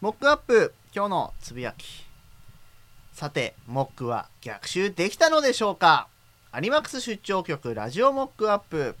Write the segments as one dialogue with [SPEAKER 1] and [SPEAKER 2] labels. [SPEAKER 1] モックアップ今日のつぶやきさてモックは逆襲できたのでしょうかアニマックス出張局ラジオモックアップ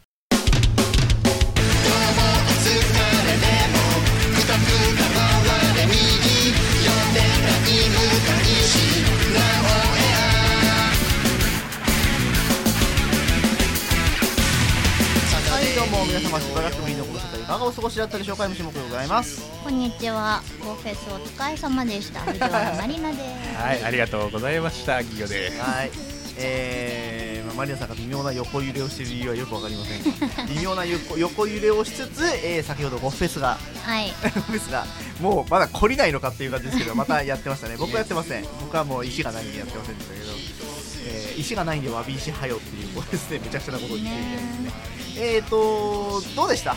[SPEAKER 1] はいどうも皆様しばらくぶりのご無沙汰いかがお過ごしだったでしょうか MC モックでございます
[SPEAKER 2] こんにちは。フォーフェスお疲れ様でした。藤原マリナです。
[SPEAKER 3] はい、ありがとうございました、ギギョです。
[SPEAKER 1] はい。えーまあ、マリアさんが微妙な横揺れをしている理由はよくわかりませんが微妙な横横揺れをしつつ、えー先ほどゴッフェスが
[SPEAKER 2] はい。
[SPEAKER 1] ゴッフェスがもうまだ懲りないのかっていう感じですけどまたやってましたね僕はやってません僕はもう石がないんでやってませんでしたけど、えー石がないんでわび石はよっていうこうですねめちゃくちゃなことを言っていてですねえーとどうでした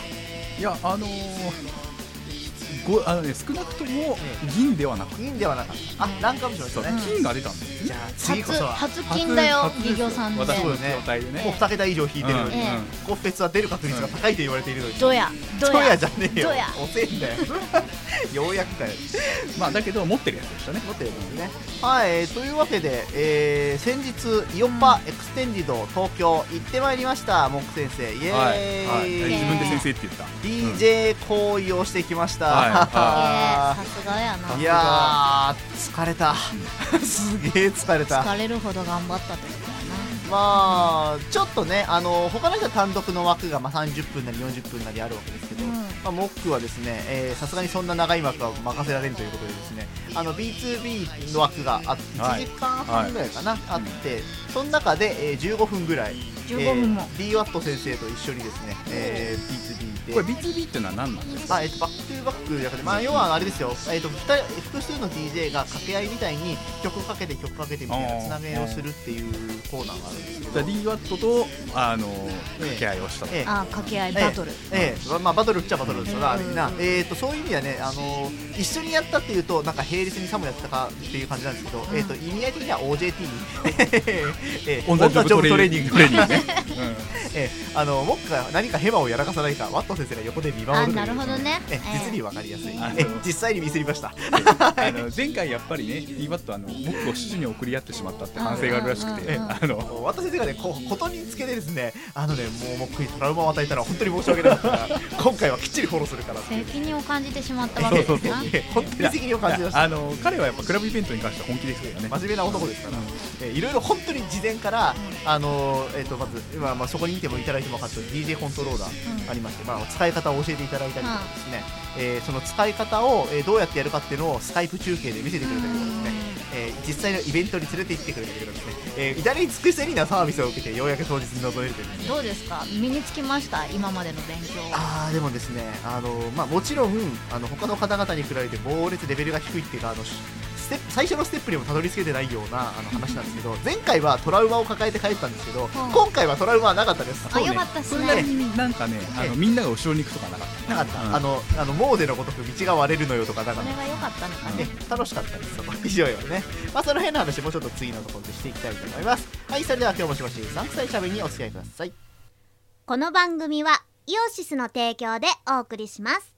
[SPEAKER 3] いや、あのー、ごあのね、少なくとも銀ではなく、
[SPEAKER 1] 銀ではなかったあランクアップしまし
[SPEAKER 3] そう
[SPEAKER 1] たね、
[SPEAKER 3] 金が出たんです
[SPEAKER 1] じ
[SPEAKER 3] ね。
[SPEAKER 1] ゃあ次こ
[SPEAKER 2] 初
[SPEAKER 1] そは
[SPEAKER 2] 初金だよ
[SPEAKER 3] 初、
[SPEAKER 2] ギギョさんで。
[SPEAKER 3] 私
[SPEAKER 1] そう
[SPEAKER 3] の
[SPEAKER 1] よね
[SPEAKER 3] 状態で
[SPEAKER 1] もう
[SPEAKER 3] ね。
[SPEAKER 1] 2桁以上引いてるのに、
[SPEAKER 2] ええ
[SPEAKER 1] ゴッフェスは出る確率が高いと言われているのに、
[SPEAKER 2] どや、ど
[SPEAKER 1] どや
[SPEAKER 2] や
[SPEAKER 1] じ。ゃねえよ
[SPEAKER 2] どや
[SPEAKER 1] 遅えんだよ ようやくかよ
[SPEAKER 3] まあ、だけど、持ってるやつでしたね。
[SPEAKER 1] 持ってるんですねはい、えーというわけで、えー先日イオッパエクステンディド東京行ってまいりましたモック先生イエーイ、
[SPEAKER 3] はい、はい、
[SPEAKER 2] イエ
[SPEAKER 3] 自
[SPEAKER 2] ーイ
[SPEAKER 3] 分で先生って言った。
[SPEAKER 1] DJ 行為をしてきました、
[SPEAKER 3] はい
[SPEAKER 2] えー
[SPEAKER 3] は
[SPEAKER 2] さすがやな。
[SPEAKER 1] いやー疲れた すげえ疲れた
[SPEAKER 2] 疲れるほど頑張ったってことや
[SPEAKER 1] まあちょっとねあの他の人は単独の枠がまあ30分なり40分なりあるわけですけど、
[SPEAKER 2] うん
[SPEAKER 1] まあ、モックはですねえーさすがにそんな長い枠は任せられるということでですねあの B2B の枠があって
[SPEAKER 3] は
[SPEAKER 1] 1
[SPEAKER 3] い
[SPEAKER 1] 時間半ぐらいかな、あってその中で、えー15分ぐらい
[SPEAKER 2] 15分も
[SPEAKER 1] えー DWAT 先生と一緒にですね、えー B2B で
[SPEAKER 3] これ B2B ってのは何なんですか。
[SPEAKER 1] あえっとバックトゥーバックじゃなくて、まあ、要はあれですよ、えっと、二人複数の DJ が掛け合いみたいに曲かけて曲かけてみたいなつなげをするっていうコーナーがあるんですけど、
[SPEAKER 3] DWAT とあの
[SPEAKER 1] え
[SPEAKER 3] ー
[SPEAKER 1] え
[SPEAKER 3] 掛け合いをしたと。
[SPEAKER 1] ええ
[SPEAKER 2] な。あー、掛け合いバトル。
[SPEAKER 1] ええまあ、バトルっちゃバトルですよな、
[SPEAKER 2] うん
[SPEAKER 1] みんな、えー、とそういう意味ではね、あのー一緒にやったっていうと、なんか並列にさもやったかっていう感じなんですけど、
[SPEAKER 2] ん
[SPEAKER 1] えー、と意味合い的には OJT、ええ
[SPEAKER 3] オンザジョブトレーニング。トレーニングね。
[SPEAKER 1] ええあのモックが何かヘマをやらかさないかワット先生が横で見守るという
[SPEAKER 2] あなるほどね
[SPEAKER 1] ええ
[SPEAKER 2] ええ
[SPEAKER 1] 実にわかりやすい、え
[SPEAKER 3] あの
[SPEAKER 1] え実際にミスりました
[SPEAKER 3] あの前回やっぱりね、DWAT あの僕を指示に送り合ってしまったって反省があるらしく
[SPEAKER 2] うんうん
[SPEAKER 3] て、
[SPEAKER 2] うん
[SPEAKER 3] あの
[SPEAKER 1] もうワット先生がねこことにつけてですねあのねもうモックにトラウマを与えたのは本当に申し訳ないから今回はきっちりフォローするからっていう
[SPEAKER 2] 責任を感じてしまったわけですな。
[SPEAKER 1] ええ本当に責任を感じました
[SPEAKER 3] あの彼はやっぱクラブイベントに関しては本気ですからね。
[SPEAKER 1] 真面目な男ですから
[SPEAKER 3] うん、
[SPEAKER 1] えーいろいろ本当に事前から、あのーえー、とまず、まあまあ、そこに見てもいただいても分かったように DJ コントローラ
[SPEAKER 2] う
[SPEAKER 1] ー
[SPEAKER 2] ん
[SPEAKER 1] ありまして、まあ、使い方を教えていただいたりとかですね、えーその使い方を、えーどうやってやるかっていうのをスカイプ中継で見せてくれたりとかですね、えー実際のイベントに連れて行ってくれたりとかですね、えー至れり尽くせりなサービスを受けてようやく当日に臨めるというですね
[SPEAKER 2] どうですか。身につきました。今までの勉強。
[SPEAKER 1] あーでもですね、あのまあ、もちろんあの他の方々に比べて猛烈レベルが低いっていうかあのしステップ最初のステップにもたどり着けてないようなあの話なん ですけど前回はトラウマを抱えて帰ったんですけど、今回はトラウマはなかったです。
[SPEAKER 2] あ、よかったっす
[SPEAKER 3] そんな
[SPEAKER 2] ね。
[SPEAKER 3] になんかね、あのみんなが後ろに行くとかなかった。
[SPEAKER 1] なかった、
[SPEAKER 3] うん
[SPEAKER 1] あのあのモーデのごとく道が割れるのよとかなか
[SPEAKER 2] そ
[SPEAKER 1] っ
[SPEAKER 2] れ
[SPEAKER 1] た
[SPEAKER 2] は良かったのか
[SPEAKER 1] ね
[SPEAKER 2] ね。、
[SPEAKER 1] 楽しかったです、そこ以上よね。まあ、その辺の話、もうちょっと次のところでしていきたいと思います。はい、それでは今日もしばし、3歳しゃべりにお付き合いください。
[SPEAKER 4] この番組はイオシスの提供でお送りします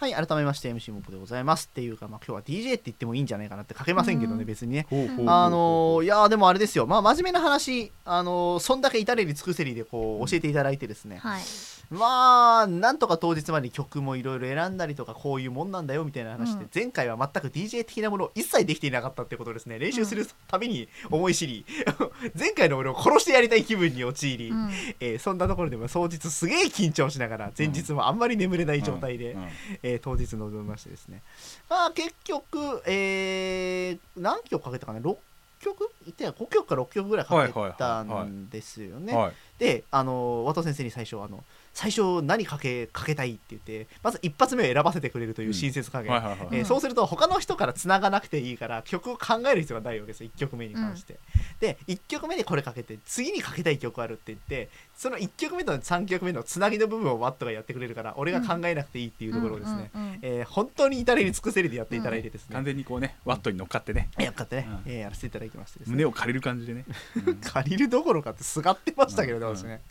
[SPEAKER 1] はい、改めまして MC モップでございます。っていうか、まあ、今日は DJ って言ってもいいんじゃないかなって書けませんけどね、別にね。
[SPEAKER 3] ほうほうほう
[SPEAKER 1] あのーいやーでもあれですよ、まあ、真面目な話、あのーそんだけ至れり尽くせりでこう教えていただいてですね、
[SPEAKER 2] はい。
[SPEAKER 1] まあなんとか当日までに曲もいろいろ選んだりとかこういうもんなんだよみたいな話で、
[SPEAKER 2] うん
[SPEAKER 1] 前回は全く DJ 的なものを一切できていなかったってことをですね練習するたびに思い知り、 前回の俺を殺してやりたい気分に陥り、
[SPEAKER 2] うん。
[SPEAKER 1] えーそんなところでも当日すげえ緊張しながら前日もあんまり眠れない状態で。
[SPEAKER 3] うん
[SPEAKER 1] えー当日臨みましてですね、まあ、結局、えー何曲かけたかな6曲いったよ5曲か6曲ぐらいかけた
[SPEAKER 3] はいはいはいはい
[SPEAKER 1] んですよね、
[SPEAKER 3] はい。
[SPEAKER 1] であの和藤先生に最初あの最初何かけかけたいって言ってまず一発目を選ばせてくれるという親切加
[SPEAKER 3] はい
[SPEAKER 1] 減、
[SPEAKER 3] はいはい。
[SPEAKER 1] えーそうすると他の人から繋がなくていいから曲を考える必要がないわけですよ1曲目に関して、で1曲目でこれかけて次にかけたい曲あるって言ってその1曲目と3曲目のつなぎの部分をワットがやってくれるから俺が考えなくていいっていうところをですね、
[SPEAKER 2] うんうんうん
[SPEAKER 1] えー本当に至れり尽くせりでやっていただいてですね、
[SPEAKER 3] 完全にこうねワットに乗っかってね
[SPEAKER 1] えよかったね、
[SPEAKER 3] うん
[SPEAKER 1] えーやらせていただきましてですね
[SPEAKER 3] 胸を借りる感じでね、うん
[SPEAKER 1] 借りるどころかってすがってましたけれどもです
[SPEAKER 3] うんう
[SPEAKER 1] ね、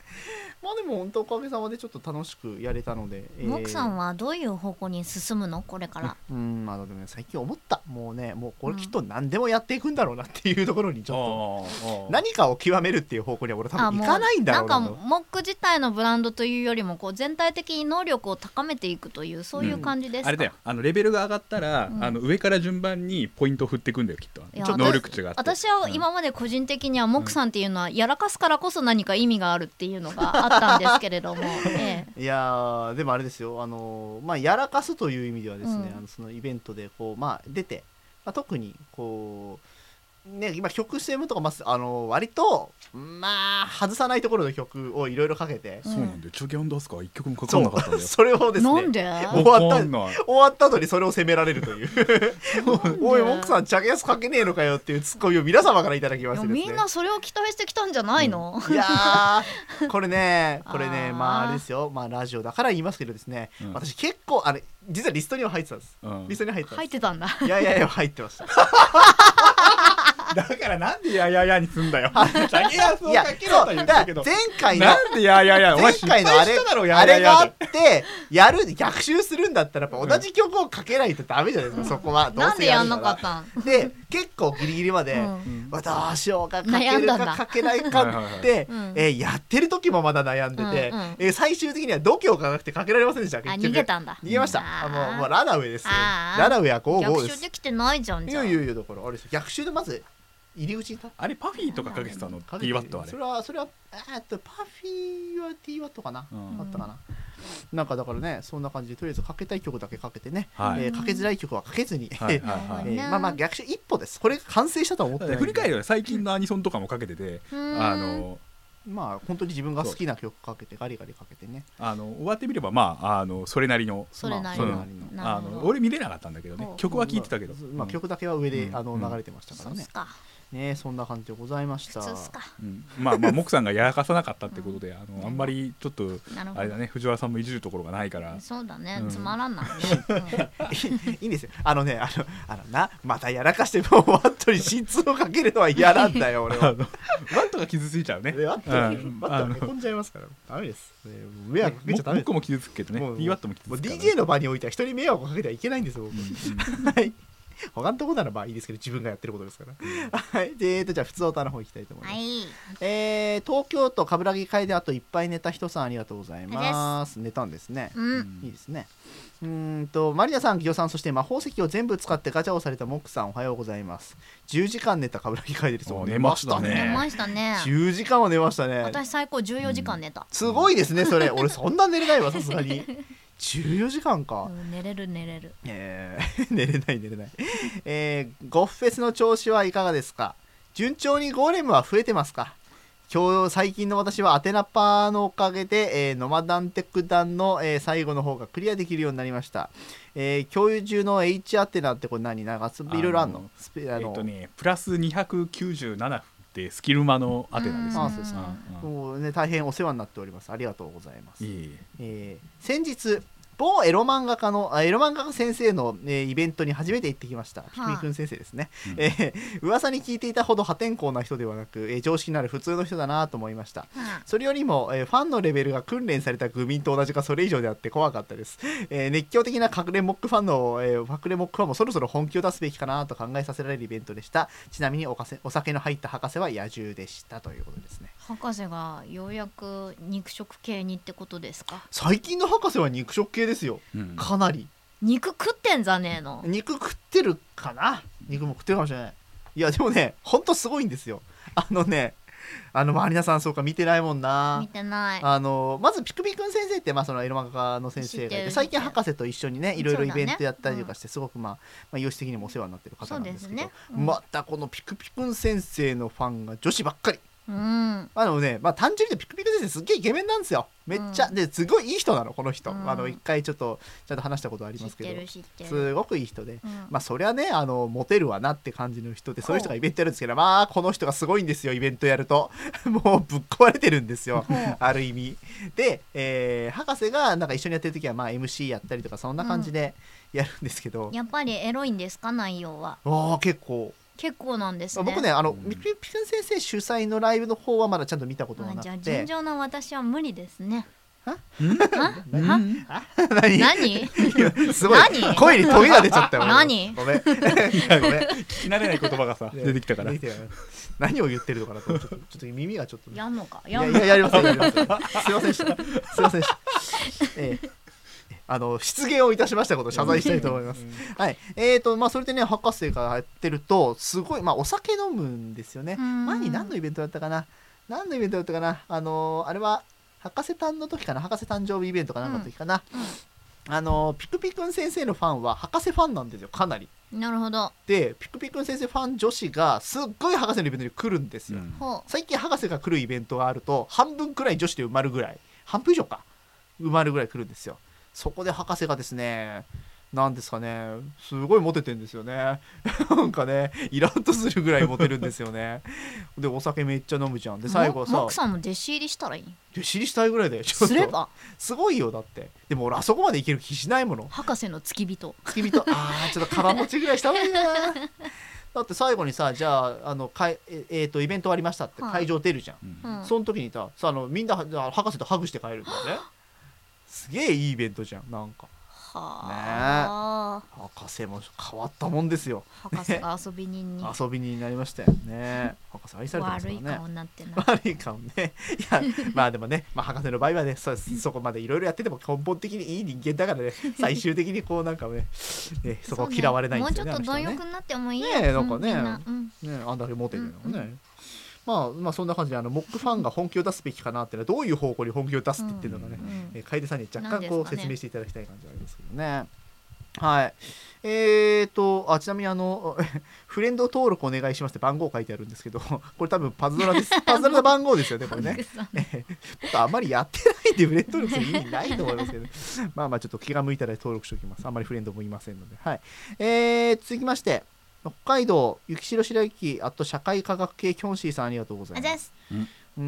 [SPEAKER 1] まあでも本当おかげさまでちょっと楽しくやれたので、えー
[SPEAKER 2] モクさんはどういう方向に進むのこれから
[SPEAKER 1] うんまあでもね最近思ったもうねもうこれきっと何でもやっていくんだろうなっていうところにちょっと
[SPEAKER 3] 何
[SPEAKER 1] 何かを極めるっていう方向には俺多分
[SPEAKER 2] も
[SPEAKER 1] 行かないんだろうな
[SPEAKER 2] なん
[SPEAKER 1] と
[SPEAKER 2] かモック自体のブランドというよりもこう全体的に能力を高めていくというそういう感じですか、
[SPEAKER 3] あれだよあのレベルが上がったら、
[SPEAKER 2] うん
[SPEAKER 3] あの上から順番にポイントを振っていくんだよきっと
[SPEAKER 2] いや
[SPEAKER 3] ちょっと能力値があって
[SPEAKER 2] 私は今まで個人的にはモックさんっていうのはやらかすからこそ何か意味があるっていうのがあったんですけ れども、ええ
[SPEAKER 1] いやーでもあれですよあのーまあやらかすという意味ではですね、
[SPEAKER 2] うん
[SPEAKER 1] あのそのイベントでこうまあ出て、まあ、特にこうね今曲 CM とかまずあのー割とまあ外さないところの曲をいろいろかけて、
[SPEAKER 3] そうなんだよチョゲアンダースカー一曲もかかんなかったんだ よ
[SPEAKER 1] それをですね
[SPEAKER 2] なんで
[SPEAKER 1] 終わった
[SPEAKER 3] わかんない
[SPEAKER 1] 終わった後にそれを責められるというおい奥さんジャケスかけねえのかよっていうツッコミを皆様からいただきま
[SPEAKER 2] い
[SPEAKER 1] し
[SPEAKER 2] や
[SPEAKER 1] てですね
[SPEAKER 2] みんなそれを期待してきたんじゃないの、
[SPEAKER 1] いやーこれねこれ
[SPEAKER 2] あ
[SPEAKER 1] ね
[SPEAKER 2] ー
[SPEAKER 1] まああれですよまあラジオだから言いますけどですね、
[SPEAKER 3] うん
[SPEAKER 1] 私結構あれ実はリストには入ってたんです、
[SPEAKER 3] うん
[SPEAKER 1] リストに入ってたん
[SPEAKER 2] 入
[SPEAKER 1] で
[SPEAKER 2] っ
[SPEAKER 1] す
[SPEAKER 2] てたんだ
[SPEAKER 1] いやいやいや入ってました
[SPEAKER 3] だからなんでやややにすんだよチョゲアン
[SPEAKER 1] いやそうだから前回の
[SPEAKER 3] なんでやややお前
[SPEAKER 1] 前
[SPEAKER 3] 失
[SPEAKER 1] 回
[SPEAKER 3] 敗
[SPEAKER 1] のあれ
[SPEAKER 3] しただろや
[SPEAKER 1] あ
[SPEAKER 3] や
[SPEAKER 1] れがあ
[SPEAKER 3] や
[SPEAKER 1] っ
[SPEAKER 3] で
[SPEAKER 1] てやる逆襲するんだったらやっぱ同じ曲をかけないとダメじゃないですか、そこはどう
[SPEAKER 2] なん
[SPEAKER 1] せ
[SPEAKER 2] でや
[SPEAKER 1] る
[SPEAKER 2] んな
[SPEAKER 1] ら
[SPEAKER 2] かったん、
[SPEAKER 1] で結構ギリギリまで、
[SPEAKER 2] うん
[SPEAKER 3] うん
[SPEAKER 1] まあどうしようかかけ
[SPEAKER 2] 悩ん
[SPEAKER 1] る
[SPEAKER 2] だ
[SPEAKER 1] か
[SPEAKER 2] んだ
[SPEAKER 1] かけないかって、
[SPEAKER 2] はいはいはい
[SPEAKER 1] えーやってる時もまだ悩んでて、
[SPEAKER 2] うんうん
[SPEAKER 1] えー最終的には度胸がなくてかけられませんでした
[SPEAKER 2] あ
[SPEAKER 1] 結局
[SPEAKER 2] 逃げたんだ
[SPEAKER 1] 逃げました
[SPEAKER 2] あ
[SPEAKER 1] あ
[SPEAKER 2] ー
[SPEAKER 1] もうもうランナウェイですよ
[SPEAKER 2] あー
[SPEAKER 1] ランナウェイは55
[SPEAKER 2] 逆
[SPEAKER 1] で
[SPEAKER 2] 襲
[SPEAKER 1] す
[SPEAKER 2] できてないじゃん
[SPEAKER 1] い
[SPEAKER 2] じゃ
[SPEAKER 1] や
[SPEAKER 2] あ
[SPEAKER 1] いやいやだからあれですよ逆襲でまず入り口に立っ
[SPEAKER 3] あれパフィーとかかけてたの
[SPEAKER 1] かけ
[SPEAKER 3] T ワットあれ
[SPEAKER 1] それはそれはえーっとパフィーは T ワットかな、
[SPEAKER 3] うん
[SPEAKER 1] だったかななんかだからねそんな感じでとりあえずかけたい曲だけかけてね、
[SPEAKER 3] はい
[SPEAKER 1] えーかけづらい曲はかけずに、
[SPEAKER 3] はいはいは い
[SPEAKER 1] えーまあまあ逆襲一歩ですこれが完成したとは思ってないんで
[SPEAKER 3] 振り返るよ最近のアニソンとかもかけてて、
[SPEAKER 2] うん
[SPEAKER 3] あの
[SPEAKER 1] まあ本当に自分が好きな曲かけてガリガリかけてね。
[SPEAKER 3] あの終わってみればまああのそれなりの
[SPEAKER 2] それなり
[SPEAKER 3] の
[SPEAKER 2] の
[SPEAKER 3] まあ
[SPEAKER 1] そ
[SPEAKER 2] な
[SPEAKER 3] あ
[SPEAKER 2] るほ
[SPEAKER 3] の
[SPEAKER 2] ど
[SPEAKER 3] 俺見れなかったんだけどね
[SPEAKER 2] お
[SPEAKER 3] 曲は聴いてたけど、
[SPEAKER 1] まあまあ曲だけは上で、
[SPEAKER 3] うん
[SPEAKER 1] あの
[SPEAKER 3] うん
[SPEAKER 1] 流れてましたから
[SPEAKER 2] そうっ
[SPEAKER 1] ね
[SPEAKER 2] す。か
[SPEAKER 1] ねそんな感じでございました。
[SPEAKER 2] そうっすか
[SPEAKER 3] うんまあまあモクさんがやらかさなかったってことで、あのあんまりちょっと
[SPEAKER 2] なるほど
[SPEAKER 3] あれだね藤原さんもいじるところがないから
[SPEAKER 2] そうだね、
[SPEAKER 3] うん
[SPEAKER 2] つまらんないね、
[SPEAKER 1] いいんですよ。あのねあのあのなまたやらかしてもうワットに心痛をかけるのは嫌なんだ よ俺
[SPEAKER 3] あ
[SPEAKER 1] は。
[SPEAKER 3] のバットが傷ついちゃうね。
[SPEAKER 1] でワット
[SPEAKER 3] うん
[SPEAKER 1] ワ
[SPEAKER 3] あ
[SPEAKER 1] ッ
[SPEAKER 3] の
[SPEAKER 1] トへこんじゃいますから。ダメです。ね迷惑かけちゃダメで
[SPEAKER 3] モク
[SPEAKER 1] す。
[SPEAKER 3] も傷つくけどね
[SPEAKER 1] もう
[SPEAKER 3] D ワットも傷つ
[SPEAKER 1] もう
[SPEAKER 3] くからね
[SPEAKER 1] DJ の場においては人に迷惑をかけてはいけないんですよ。僕はい。他のとこならまあいいですけど自分がやってることですから。 はい。でえーとじゃあ普通歌の方行きたいと思います
[SPEAKER 2] は。い
[SPEAKER 1] えー東京都冠城会であといっぱい寝た人さんありがとうございます。寝たんですね。
[SPEAKER 2] うん、
[SPEAKER 1] いいですね。うーんとマリナさん、ギョさん、そして魔法石を全部使ってガチャをされたモックさん、おはようございます。10時間寝た冠城会でです。
[SPEAKER 3] お
[SPEAKER 1] もう
[SPEAKER 3] 寝ましたね
[SPEAKER 2] 寝ましたね
[SPEAKER 1] 10時間は寝ましたね。
[SPEAKER 2] 私最高14時間寝た、
[SPEAKER 1] すごいですね、それ。俺、そんな寝れないわ、さすがに。14時間か。
[SPEAKER 2] うん寝れる寝れる
[SPEAKER 1] えー 寝れない寝れない、えーゴッフェスの調子はいかがですか順調にゴーレムは増えてますか今日最近の私はアテナパーのおかげで、えーノマダンテクダンの、えー最後の方がクリアできるようになりました、えー共有中の H アテナってこれ何長すいろいろあんのス ペあ
[SPEAKER 3] え
[SPEAKER 1] の
[SPEAKER 3] っとねプラス297ってスキルマのアテナですね
[SPEAKER 1] あそうです
[SPEAKER 2] か
[SPEAKER 3] うんうん
[SPEAKER 1] もうね大変お世話になっておりますありがとうございます
[SPEAKER 3] いい
[SPEAKER 1] えー先日某エロ漫画家のあエロ漫画家先生の、えーイベントに初めて行ってきました、ピクミ君先生ですね、
[SPEAKER 3] うん
[SPEAKER 1] えー噂に聞いていたほど破天荒な人ではなく、えー常識のある普通の人だなと思いました
[SPEAKER 2] は
[SPEAKER 1] それよりも、えーファンのレベルが訓練された愚民と同じかそれ以上であって怖かったです、えー熱狂的な隠れモックファンの、えー隠れモックファンもそろそろ本気を出すべきかなと考えさせられるイベントでしたちなみにおかせお酒の入った博士は野獣でしたということですね
[SPEAKER 2] 博士がようやく肉食系にってことですか
[SPEAKER 1] 最近の博士は肉食系ですよ
[SPEAKER 3] うん
[SPEAKER 1] かなり
[SPEAKER 2] 肉食ってんじゃねえの
[SPEAKER 1] 肉食ってるかな肉も食ってるかもしれないいやでもねほんとすごいんですよあのねあのマリナさんそうか見てないもんな
[SPEAKER 2] 見てない
[SPEAKER 1] あのまずピクピクン先生って、まあ、そのエロ漫画家の先生がい
[SPEAKER 2] 知って
[SPEAKER 1] て
[SPEAKER 2] る
[SPEAKER 1] 最近博士と一緒にねいろいろ
[SPEAKER 2] そう
[SPEAKER 1] イ
[SPEAKER 2] だね
[SPEAKER 1] ベントやったりとかして、すごく、まあ、まあ有志的にもお世話になってる方なんですけど
[SPEAKER 2] そうですねうん
[SPEAKER 1] またこのピクピクン先生のファンが女子ばっかり
[SPEAKER 2] ううん
[SPEAKER 1] あのね、まあ、単純にピクピク先生すっげえイケメンなんですよめっちゃ、
[SPEAKER 2] う
[SPEAKER 1] ですごいいい人なのこの人、
[SPEAKER 2] うん
[SPEAKER 1] あの一回ちょっとちゃんと話したことあり
[SPEAKER 2] 知
[SPEAKER 1] ま
[SPEAKER 2] っ
[SPEAKER 1] すけ
[SPEAKER 2] てる
[SPEAKER 1] ど
[SPEAKER 2] 知ってる、
[SPEAKER 1] すごくいい人で、
[SPEAKER 2] うん
[SPEAKER 1] まあそりゃねあのモテるわなって感じの人でそういう人
[SPEAKER 2] ほ
[SPEAKER 1] が
[SPEAKER 2] う
[SPEAKER 1] イベントやるんですけどまあこの人がすごいんですよイベントやると もうぶっ壊れてるんですよ
[SPEAKER 2] ほう
[SPEAKER 1] ある意味で、えー博士がなんか一緒にやってる時はまあ MC やったりとかそんな感じでやるんですけど、
[SPEAKER 2] やっぱりエロいんですか内容は
[SPEAKER 1] ああ結構、
[SPEAKER 2] 結構なんです
[SPEAKER 1] まあ
[SPEAKER 2] ね
[SPEAKER 1] 僕ねあの、
[SPEAKER 3] うん
[SPEAKER 1] ピクピク先生主催のライブの方はまだちゃんと見たことが
[SPEAKER 2] あ
[SPEAKER 1] な
[SPEAKER 2] じゃ
[SPEAKER 1] く
[SPEAKER 2] あ
[SPEAKER 1] て
[SPEAKER 2] 尋常な私は無理ですね
[SPEAKER 3] ん
[SPEAKER 2] は
[SPEAKER 3] う
[SPEAKER 2] は
[SPEAKER 3] ん
[SPEAKER 1] 何
[SPEAKER 2] 何
[SPEAKER 1] すごい
[SPEAKER 2] 何
[SPEAKER 1] 声にトゲが出ちゃったよ。
[SPEAKER 2] 何
[SPEAKER 1] ごめん。ごめ ん。
[SPEAKER 3] 聞き慣れない言葉がさ出てきたから
[SPEAKER 1] 出てきたよ何を言ってるのかなと思ってちょっとちょっと耳がちょっと。
[SPEAKER 2] やんのか
[SPEAKER 1] い
[SPEAKER 2] や
[SPEAKER 1] や
[SPEAKER 2] ん
[SPEAKER 1] い
[SPEAKER 2] の
[SPEAKER 1] や
[SPEAKER 2] か
[SPEAKER 1] やりませんやりません。すいませんでした。すいませんでした。ええあの失言をいたしましたことを謝罪したいと思います。はい。えーとまあそれでね博士がやってるとすごいまあお酒飲むんですよね。
[SPEAKER 2] うん
[SPEAKER 1] 前に何のイベントだったかな。何のイベントだったかな。あのあれは博士誕の時かな博士誕生日イベントかなんかの時かな。あのピクピクン先生のファンは博士ファンなんですよかなり。
[SPEAKER 2] なるほど
[SPEAKER 1] でピクピクン先生ファン女子がすっごい博士のイベントに来るんですよ、
[SPEAKER 3] うん
[SPEAKER 2] ほ
[SPEAKER 1] 最近博士が来るイベントがあると半分くらい女子で埋まるぐらい半分以上か埋まるぐらい来るんですよそこで博士がですねなんですかねすごいモテてんですよね なんかねイラッとするぐらいモテるんですよねでお酒めっちゃ飲むじゃん
[SPEAKER 2] う
[SPEAKER 1] で最後
[SPEAKER 2] も
[SPEAKER 1] さ
[SPEAKER 2] 奥さんも弟子入りしたらいい
[SPEAKER 1] 弟子入りしたいぐらいだよちょっと
[SPEAKER 2] すれば
[SPEAKER 1] すごいよだってでも俺あそこまでいける気しないもの
[SPEAKER 2] 博士の付き人
[SPEAKER 1] 付き人ああちょっと空持ちぐらいした方がいいなだって最後にさじゃああのかいえ、えー、とイベント終わりましたって
[SPEAKER 2] はい
[SPEAKER 1] 会場出るじゃん、
[SPEAKER 3] うん
[SPEAKER 2] うん
[SPEAKER 1] その時にささあのみんなはあの博士とハグして帰るんだよ ねすげえいいイベントじゃんなんか
[SPEAKER 2] はあ、
[SPEAKER 1] 博士も変わったもんですよ
[SPEAKER 2] 博士が遊び 人に
[SPEAKER 1] 遊びになりましたよね博士愛されてますから
[SPEAKER 2] 悪い
[SPEAKER 1] ね
[SPEAKER 2] 顔になってない
[SPEAKER 1] 悪いかもね。いや、 まあでもね、まあ、博士の場合はね、そそこまでいろいろやってても根本的にいい人間だ からね、最終的にこうなんかね、ね そこを嫌われないんですよね、
[SPEAKER 2] もうちょっ
[SPEAKER 1] あ
[SPEAKER 2] と貪
[SPEAKER 1] の人はね
[SPEAKER 2] 欲になってもいいよ
[SPEAKER 1] ねえなんかね
[SPEAKER 2] うみなうん
[SPEAKER 1] ね、あんだけモテてるの
[SPEAKER 2] うん
[SPEAKER 1] ね、まあまあそんな感じであのモックファンが本気を出すべきかなっていうのはどういう方向に本気を出すって言ってるのかね、
[SPEAKER 2] うん
[SPEAKER 1] えー楓さんに若干こ
[SPEAKER 2] なんです
[SPEAKER 1] う
[SPEAKER 2] かね
[SPEAKER 1] 説明していただきたい感じはありますけどね。はい、えーとあちなみにあの フレンド登録お願いしますって番号書いてあるんですけど これ多分パズドラです パズドラの番号ですよねこれね
[SPEAKER 2] 奥さん
[SPEAKER 1] ちょっとあまりやってないんでフレンド登録する意味ないと思いますけど、 まあまあちょっと気が向いたら登録しておきます。あんまりフレンドもいませんので。はい。えー、続きまして、北海道、雪城白雪、あと社会科学系キョンシーさんありがとうござ
[SPEAKER 4] あ
[SPEAKER 1] い
[SPEAKER 4] じゃ
[SPEAKER 1] ま
[SPEAKER 4] あ
[SPEAKER 1] す。うー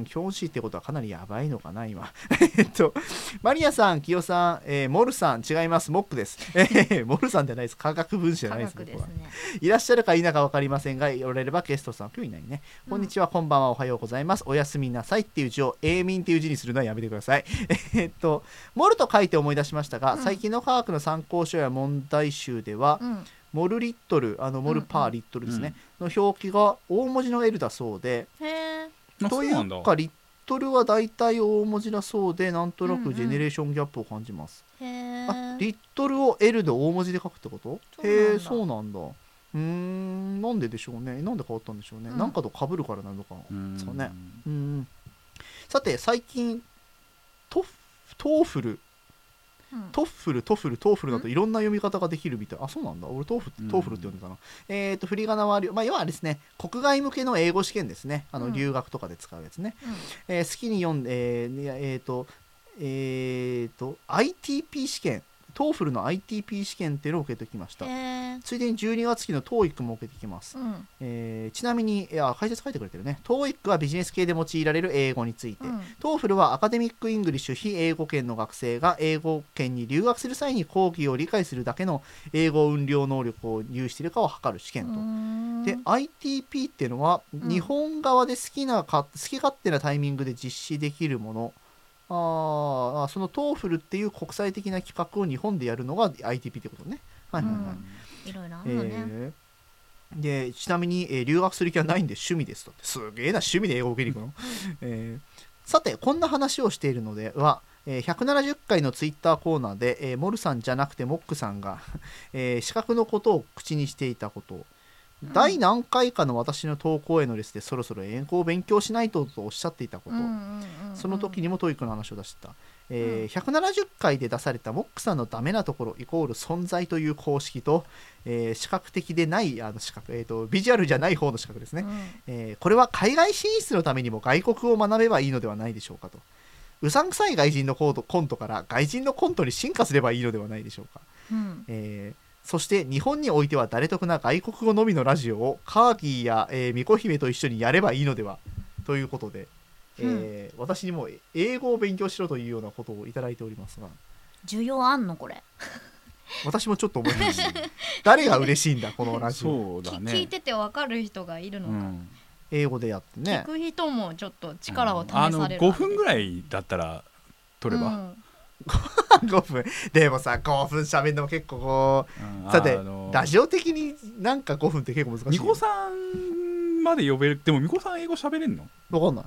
[SPEAKER 1] ん、キョンシーってことはかなりやばいのかな、今。 えっと、マリアさん、キヨさん、えーモルさん、違います、モックです。 えーモルさんじゃないです、科学分子じゃ
[SPEAKER 2] 科
[SPEAKER 1] ないです、
[SPEAKER 2] 学
[SPEAKER 1] 僕
[SPEAKER 2] で
[SPEAKER 1] は
[SPEAKER 2] す。ね
[SPEAKER 1] いらっしゃるか否か分かりませんが、おられればゲストさん、今日いないね。こんにちは、こんばんは、おはようございます。おやすみなさいっていう字を、永眠っていう字にするのはやめてください。 えっと、モルと書いて思い出しましたが、
[SPEAKER 2] うん
[SPEAKER 1] 最近の科学の参考書や問題集では、
[SPEAKER 2] うん
[SPEAKER 1] モルリットル、あのモルパ
[SPEAKER 2] うんう
[SPEAKER 1] ー
[SPEAKER 2] ん
[SPEAKER 1] リットルですね、の表記が大文字の L だそうで、
[SPEAKER 2] へえ
[SPEAKER 3] あ
[SPEAKER 1] とい
[SPEAKER 3] そうなんだ
[SPEAKER 1] うか、リットルは大体大文字だそうで、なんとな
[SPEAKER 2] うんう
[SPEAKER 1] く
[SPEAKER 2] ん
[SPEAKER 1] ジェネレーションギャップを感じます。
[SPEAKER 2] へ
[SPEAKER 1] あ
[SPEAKER 2] え
[SPEAKER 1] リットルを L で大文字で書くってこと
[SPEAKER 2] そうなんだ
[SPEAKER 1] へえそうなんだうーんなんででしょうねなんで変わったんでしょうね、
[SPEAKER 2] うん
[SPEAKER 1] なんかと被るからなのか
[SPEAKER 3] うん
[SPEAKER 1] そうねうんさて最近トフトーフル
[SPEAKER 2] うん
[SPEAKER 1] トッフルトフルトーフルだといろんな読み方ができるみたいあそうなんだ俺トーフ
[SPEAKER 3] うん
[SPEAKER 1] トーフルって呼んでたな、えっ、と振り仮名はあるよまあ要はあれですね国外向けの英語試験ですねあ
[SPEAKER 2] う
[SPEAKER 1] の
[SPEAKER 2] ん
[SPEAKER 1] 留学とかで使うやつね、えー好きに読んでえーいやえーとえーと ITP 試験トーフルの ITP 試験っていうのを受けてきました
[SPEAKER 2] へえ
[SPEAKER 1] ついでに12月期の TOEIC も受けてきます、
[SPEAKER 2] うん
[SPEAKER 1] えーちなみにいや解説書いてくれてるね TOEIC はビジネス系で用いられる英語について、
[SPEAKER 2] うん
[SPEAKER 1] トーフルはアカデミック・イングリッシュ非英語圏の学生が英語圏に留学する際に講義を理解するだけの英語運量能力を有しているかを測る試験と。で ITP っていうのは
[SPEAKER 2] ん
[SPEAKER 1] 日本側で好きなか、好き勝手なタイミングで実施できるものあーそのトーフルっていう国際的な企画を日本でやるのが ITP ってことね。はいはいはい
[SPEAKER 2] うんいろいろあるのね
[SPEAKER 1] えーでちなみに、えー留学する気はないんで趣味ですとってすげえな趣味で英語を受けに行くの、えーさてこんな話をしているのでは、えー170回のツイッターコーナーで、えーモルさんじゃなくてモックさんが、 えー資格のことを口にしていたこと第何回かの私の投稿へのレスでそろそろ英語を勉強しないととおっしゃっていたこと、
[SPEAKER 2] うんうんうんうん
[SPEAKER 1] その時にもトイックの話を出した、えー170回で出されたモックさんのダメなところイコール存在という公式と、えー視覚的でないあの視覚、えー、とビジュアルじゃない方の視覚ですね、えーこれは海外進出のためにも外国を学べばいいのではないでしょうかとうさんくさい外人のコードコントから外人のコントに進化すればいいのではないでしょうか
[SPEAKER 2] うん
[SPEAKER 1] えーそして日本においては誰得な外国語のみのラジオをカーギーや、えー、巫女姫と一緒にやればいいのではということで、えー私にも英語を勉強しろというようなことをいただいておりますが
[SPEAKER 2] 需要あんのこれ、
[SPEAKER 1] 私もちょっと思います誰が嬉しいんだこのラジオ
[SPEAKER 3] そう
[SPEAKER 2] き
[SPEAKER 3] だね
[SPEAKER 2] 聞いててわかる人がいるの
[SPEAKER 3] う
[SPEAKER 2] か、
[SPEAKER 3] ん
[SPEAKER 1] 英語でやってね
[SPEAKER 2] 聞く人もちょっと力を試
[SPEAKER 3] あ
[SPEAKER 2] さ
[SPEAKER 3] の
[SPEAKER 2] れる
[SPEAKER 3] 5分ぐ
[SPEAKER 2] い
[SPEAKER 3] らいだったら取れば、
[SPEAKER 1] 5分でもさ5分喋るのも結構こうさてラジオ的になんか5分って結構難しいよ
[SPEAKER 3] ニコさんまで呼べるでもミコさん英語喋れんの、
[SPEAKER 1] わかんない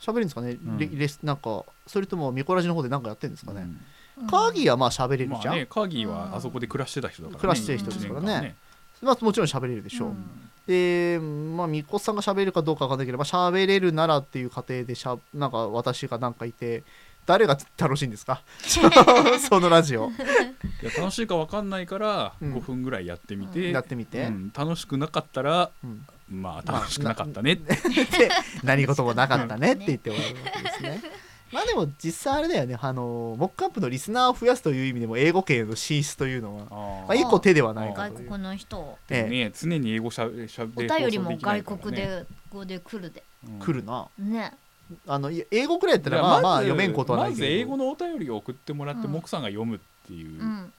[SPEAKER 1] 喋るんですかね、
[SPEAKER 3] うん
[SPEAKER 1] レレスなんかそれともミコラジの方でなんかやってるんですかね、
[SPEAKER 2] うん
[SPEAKER 1] カーギーはまあ喋れるじゃん、
[SPEAKER 3] まあね、カーギーはあそこで暮らしてた人だから、ね、
[SPEAKER 1] 暮らして
[SPEAKER 2] る人
[SPEAKER 1] ですからね
[SPEAKER 3] 一年間
[SPEAKER 1] まあ、もちろん喋れるでしょう。
[SPEAKER 2] うん
[SPEAKER 1] で、まあ、みこさんが喋るかどうかわかんないけど、まあ、喋れるならっていう過程でしゃ、なんか私がなんかいて、誰が楽しいんですか そのラジオ。
[SPEAKER 3] いや楽しいか分かんないから
[SPEAKER 1] うん
[SPEAKER 3] 5分ぐらいやってみて,、
[SPEAKER 1] やってみて。
[SPEAKER 3] うん楽しくなかったら
[SPEAKER 1] うんま
[SPEAKER 3] まあ
[SPEAKER 1] あ
[SPEAKER 3] 楽しくなかったね、
[SPEAKER 1] で、何事もなかったねって言って終わるわけですね。まあでも実際あれだよね、あの、モックアップのリスナーを増やすという意味でも、英語圏への進出というのは、
[SPEAKER 3] あ
[SPEAKER 1] ま
[SPEAKER 3] ー
[SPEAKER 1] あ、一個手では ないか
[SPEAKER 2] 外
[SPEAKER 1] という。
[SPEAKER 2] 国の人
[SPEAKER 1] ええ
[SPEAKER 3] ね常に英語しゃべしゃ
[SPEAKER 2] お
[SPEAKER 3] べ
[SPEAKER 2] 便りも外国
[SPEAKER 3] 放送きないからね、
[SPEAKER 2] で語で来るで
[SPEAKER 3] うん
[SPEAKER 1] 来るな。
[SPEAKER 2] ね
[SPEAKER 1] あの、いや英語くらいだったら、まあまあ
[SPEAKER 3] ず
[SPEAKER 1] 読めんことはない
[SPEAKER 3] ま
[SPEAKER 1] け
[SPEAKER 3] ず
[SPEAKER 1] ど。
[SPEAKER 3] 英語のお便りを送ってもらって、
[SPEAKER 2] うん
[SPEAKER 3] モクさんが読むっていうう、
[SPEAKER 2] ん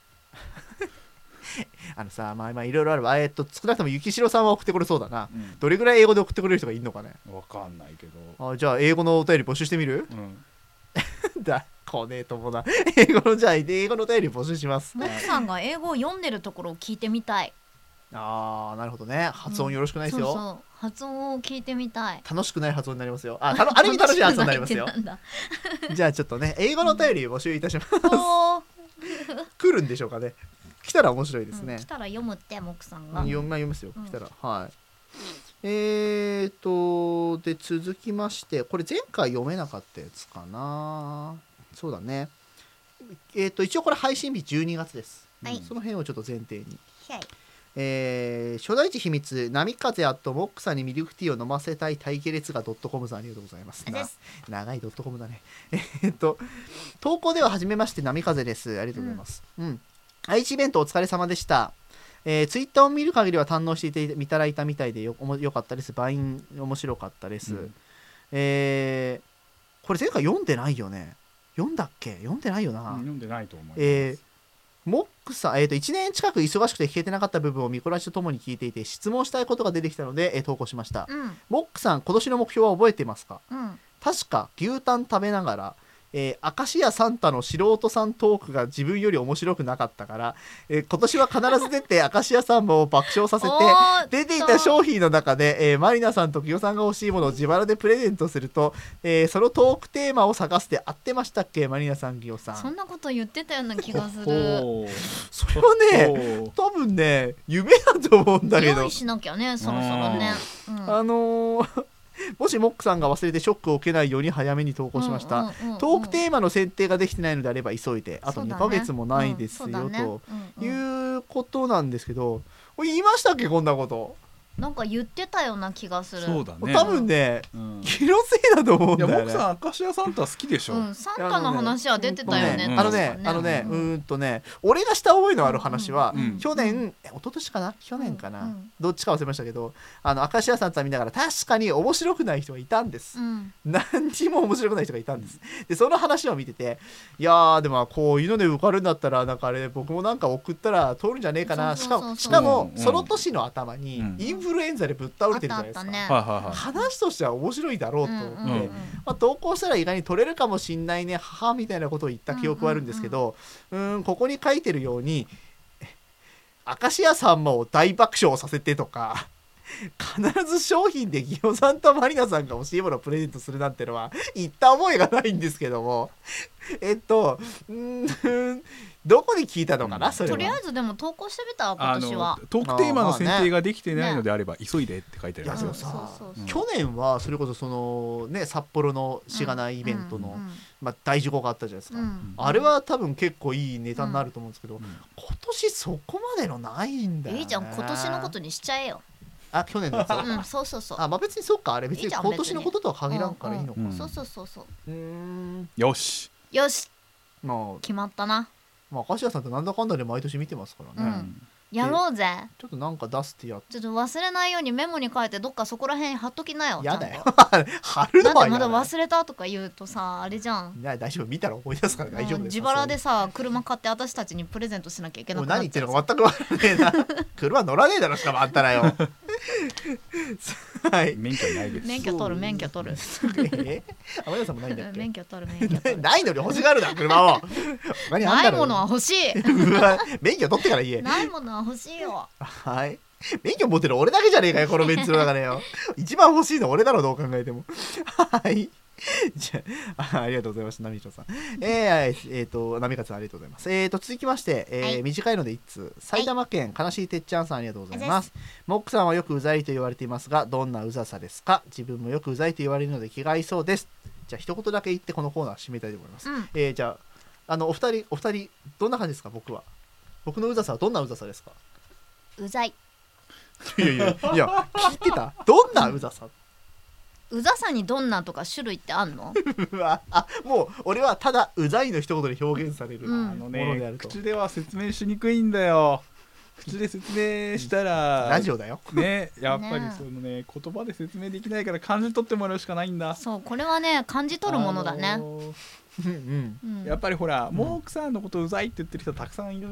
[SPEAKER 1] あのさ、まあまあいろいろあるわ。えーっと、少なくとも雪城さんは送ってこれそうだな。
[SPEAKER 3] うん
[SPEAKER 1] どれぐらい英語で送ってくれる人がいるのかね
[SPEAKER 3] わかんないけど、
[SPEAKER 1] あじゃあ英語のお便り募集してみる
[SPEAKER 3] うん
[SPEAKER 1] だこねえともな 英語のじゃあ英語のお便り募集します
[SPEAKER 2] モクさんが英語を読んでるところを聞いてみたい。
[SPEAKER 1] あーなるほどね発音よろしくないです
[SPEAKER 2] そう
[SPEAKER 1] よ、
[SPEAKER 2] そう。発音を聞いてみたい。
[SPEAKER 1] 楽しくない発音になりますよ あたのある意味楽しい発音になりますよ
[SPEAKER 2] 楽しくないって
[SPEAKER 1] じゃあちょっとね英語のお便り募集いたします
[SPEAKER 2] なんだおー
[SPEAKER 1] 来るんでしょうかね来たら面白いです
[SPEAKER 2] うん
[SPEAKER 1] ね
[SPEAKER 2] 来、たら読むってモクさ
[SPEAKER 1] う
[SPEAKER 2] ん
[SPEAKER 1] ん、
[SPEAKER 2] が。
[SPEAKER 1] 読み読みますよ
[SPEAKER 2] うん
[SPEAKER 1] 来たら、はいえーとで続きましてこれ前回読めなかったやつかなそうだねえーと一応これ配信日12月です、
[SPEAKER 4] はい
[SPEAKER 1] その辺をちょっと前提に
[SPEAKER 4] はい
[SPEAKER 1] えー、初代地秘密波風アットモックさんにミルクティーを飲ませたい体系列がドットコムさんありがとうございます
[SPEAKER 4] あざ
[SPEAKER 1] な
[SPEAKER 4] っす
[SPEAKER 1] 長いドットコムだね えっと投稿では初めまして波風ですありがとうございますうん、愛知弁当お疲れ様でしたえー、ツイッターを見る限りは堪能していていただいたみたいでよおもよかったです。バイン面白かったです。
[SPEAKER 3] うん
[SPEAKER 1] えーこれ前回読んでないよね。読んだっけ読んでないよな。
[SPEAKER 3] 読んでないと思います、
[SPEAKER 1] えーモックさん、えー、と1年近く忙しくて聞けてなかった部分をミコラジとともに聞いていて質問したいことが出てきたので、えー投稿しました、
[SPEAKER 2] うん
[SPEAKER 1] モックさん今年の目標は覚えてますか
[SPEAKER 2] うん。
[SPEAKER 1] 確か牛タン食べながら、えー、明石家サンタの素人さんトークが自分より面白くなかったから、えー今年は必ず出て明石家さんも爆笑させて
[SPEAKER 2] おーっと
[SPEAKER 1] 出ていた商品の中で、えーマリナさんとキヨさんが欲しいものを自腹でプレゼントすると、えーそのトークテーマを探して合ってましたっけマリナさんキヨさん
[SPEAKER 2] そんなこと言ってたような気がする。
[SPEAKER 3] ほう
[SPEAKER 1] それはね
[SPEAKER 3] ほ
[SPEAKER 1] 多分ね夢だと思うんだけ
[SPEAKER 2] 用
[SPEAKER 1] ど
[SPEAKER 2] 意しなきゃね、そろそろね。
[SPEAKER 1] あのー もしモックさんが忘れてショックを受けないように早めに投稿しました、トークテ
[SPEAKER 2] ー
[SPEAKER 1] ーマの選定ができてないのであれば急いであと2ヶ月もないですよ、と。い
[SPEAKER 2] うん
[SPEAKER 1] うことなんですけどこれ言いましたっけこんなこと、
[SPEAKER 2] なんか言ってたような気がす
[SPEAKER 3] う
[SPEAKER 2] る。
[SPEAKER 3] そうだね
[SPEAKER 1] 多分ね
[SPEAKER 3] うん
[SPEAKER 1] 気のせいだと思うん
[SPEAKER 3] い
[SPEAKER 1] だよ
[SPEAKER 3] や
[SPEAKER 1] ね
[SPEAKER 3] モクさん明石家サンタ好きでしょ、
[SPEAKER 2] うん、サンタの話は出てたよね。
[SPEAKER 1] あのね
[SPEAKER 2] 確か
[SPEAKER 1] あのねう
[SPEAKER 2] うん
[SPEAKER 1] ーんとね俺がした覚えのある話は、
[SPEAKER 3] うん
[SPEAKER 1] 去年え一昨年かな去年かな、
[SPEAKER 2] うんうん
[SPEAKER 1] どっちか忘れましたけどあの明石家さんと見ながら確かに面白くない人がいたんです、
[SPEAKER 2] うん
[SPEAKER 1] 何にも面白くない人がいたんですでその話を見てていやーでもこういうので受かるんだったらなんかあれ僕もなんか送ったら通るんじゃねえかな
[SPEAKER 2] そ
[SPEAKER 1] し
[SPEAKER 2] うそう
[SPEAKER 1] か
[SPEAKER 2] そうそう
[SPEAKER 1] もしか
[SPEAKER 3] うん
[SPEAKER 1] も
[SPEAKER 3] うん
[SPEAKER 1] その年の頭に
[SPEAKER 3] うん
[SPEAKER 1] インフルエンザでぶっ倒れてるじゃないですか、
[SPEAKER 2] あったあったね
[SPEAKER 3] はいはいはい
[SPEAKER 1] 話としては面白いだろうと思って、
[SPEAKER 2] うんうんうん
[SPEAKER 1] まあ、投稿したら意外に取れるかもしんないね母みたいなことを言った記憶はあるんですけどうーんここに書いてるように「明石家さんまを大爆笑させて」とか必ず商品でギオさんとマリナさんが欲しいものをプレゼントするなんてのは言った覚えがないんですけどもえっとうーんどこで聞いたのかな、
[SPEAKER 3] うん
[SPEAKER 1] それ
[SPEAKER 2] と
[SPEAKER 1] は
[SPEAKER 2] りあえずでも投稿してみた今
[SPEAKER 3] あ
[SPEAKER 2] 年
[SPEAKER 3] の
[SPEAKER 2] は
[SPEAKER 3] トークテーマの選
[SPEAKER 1] あーまあね
[SPEAKER 3] 定ができてないのであれば急いでって書いて
[SPEAKER 1] い
[SPEAKER 3] あり
[SPEAKER 1] や
[SPEAKER 3] ま
[SPEAKER 1] です
[SPEAKER 3] よ
[SPEAKER 1] もさ
[SPEAKER 2] そうそう
[SPEAKER 1] 去年はそれこそそのね札幌のしがないイベントの、
[SPEAKER 2] うんうん
[SPEAKER 1] まあ、大事故があったじゃないですか、
[SPEAKER 2] うん
[SPEAKER 1] あれは多分結構いいネタになると思うんですけど、
[SPEAKER 3] ん
[SPEAKER 1] 今年そこまでのないんだよ、ね、
[SPEAKER 2] いいじゃん今年のことにしちゃえよ
[SPEAKER 1] あ去年のやつ、
[SPEAKER 2] うんそうそうそう
[SPEAKER 1] あまあ別にそうかあれ別
[SPEAKER 2] い
[SPEAKER 1] に
[SPEAKER 2] いじゃん
[SPEAKER 1] 今年のこととは限らんからいいのか
[SPEAKER 3] う
[SPEAKER 1] うん
[SPEAKER 2] そうそうそうそう
[SPEAKER 1] ーん
[SPEAKER 3] よし
[SPEAKER 2] よし
[SPEAKER 1] まあ
[SPEAKER 2] 決まったな
[SPEAKER 1] まあ柏さんってなんだかんだで毎年見てますからね、
[SPEAKER 2] うんやろうぜ
[SPEAKER 1] ちょっとなんか出すってやっ
[SPEAKER 2] ちょっと忘れないようにメモに書いてどっかそこら辺貼っときなよ
[SPEAKER 1] や
[SPEAKER 2] ちゃん
[SPEAKER 1] だ
[SPEAKER 2] と
[SPEAKER 1] よ 貼るの
[SPEAKER 2] だっ
[SPEAKER 1] は
[SPEAKER 2] て
[SPEAKER 1] や
[SPEAKER 2] まだ
[SPEAKER 1] だ
[SPEAKER 2] 忘れたとか言うとさあれじゃん
[SPEAKER 1] いや大丈夫見たら思い出すから大丈夫
[SPEAKER 2] うん
[SPEAKER 1] です
[SPEAKER 2] 自腹でさ車買って私たちにプレゼントしなきゃいけな
[SPEAKER 1] もう
[SPEAKER 2] くなっ
[SPEAKER 1] 何言っ
[SPEAKER 2] ち
[SPEAKER 1] て
[SPEAKER 2] ゃ
[SPEAKER 1] る
[SPEAKER 2] う
[SPEAKER 1] のか全くわからねえな 車乗らねえだろしかもあんたらよ はい
[SPEAKER 3] 免許ないです
[SPEAKER 2] 免許取る免許取る
[SPEAKER 1] え天野さんもないんだっ
[SPEAKER 2] 免
[SPEAKER 1] け
[SPEAKER 2] 許取る免許取る
[SPEAKER 1] ないのに欲しがるな車 を他にあん
[SPEAKER 2] な
[SPEAKER 1] だ
[SPEAKER 2] い
[SPEAKER 1] ろ
[SPEAKER 2] ものは欲しい
[SPEAKER 1] うわ免許取ってから言え
[SPEAKER 2] ないものは欲しいよ
[SPEAKER 1] はい。免許持ってる俺だけじゃねえかよ、このメンツの中でよ。一番欲しいの俺だろ、どう考えても。はい。じゃあ、あありがとうございました、ナミショさん。えー、はいえーと、ナミカツさん、ありがとうございます。えーと、続きまして、えー
[SPEAKER 4] はい
[SPEAKER 1] 短いので一通。埼玉県、悲しいてっちゃんさん、ありがとうござい
[SPEAKER 4] ありがとうござい
[SPEAKER 1] ま。
[SPEAKER 4] ます
[SPEAKER 1] モックさんはよくうざいと言われていますが、どんなうざさですか自分もよくうざいと言われるので気が合いそうです。じゃあ、一言だけ言って、このコーナー締めたいと思います。
[SPEAKER 2] うん
[SPEAKER 1] えー、じゃあ、あの、お二人、お二人、どんな感じですか、僕は。僕のうざさはどんなうざさですか
[SPEAKER 2] うざい
[SPEAKER 1] いやいやいや聞いてたどんなうざさ
[SPEAKER 2] うざさにどんなとか種類ってあんの
[SPEAKER 1] うわあもう俺はただうざいの一言で表現される
[SPEAKER 2] うん
[SPEAKER 1] も
[SPEAKER 3] あの
[SPEAKER 1] のであ
[SPEAKER 3] ね
[SPEAKER 1] ると、
[SPEAKER 3] 口では説明しにくいんだよ口で説明したら
[SPEAKER 1] ラジオだよ
[SPEAKER 3] ねやっぱり
[SPEAKER 2] ね
[SPEAKER 3] そのね言葉で説明できないから感じ取ってもらうしかないんだ
[SPEAKER 2] そうこれはね感じ取るものだ
[SPEAKER 3] あ
[SPEAKER 2] ね
[SPEAKER 3] のー
[SPEAKER 1] うんうん
[SPEAKER 2] うん
[SPEAKER 3] やっぱりほら、モークさんのことうざいって言ってる人たくさんいる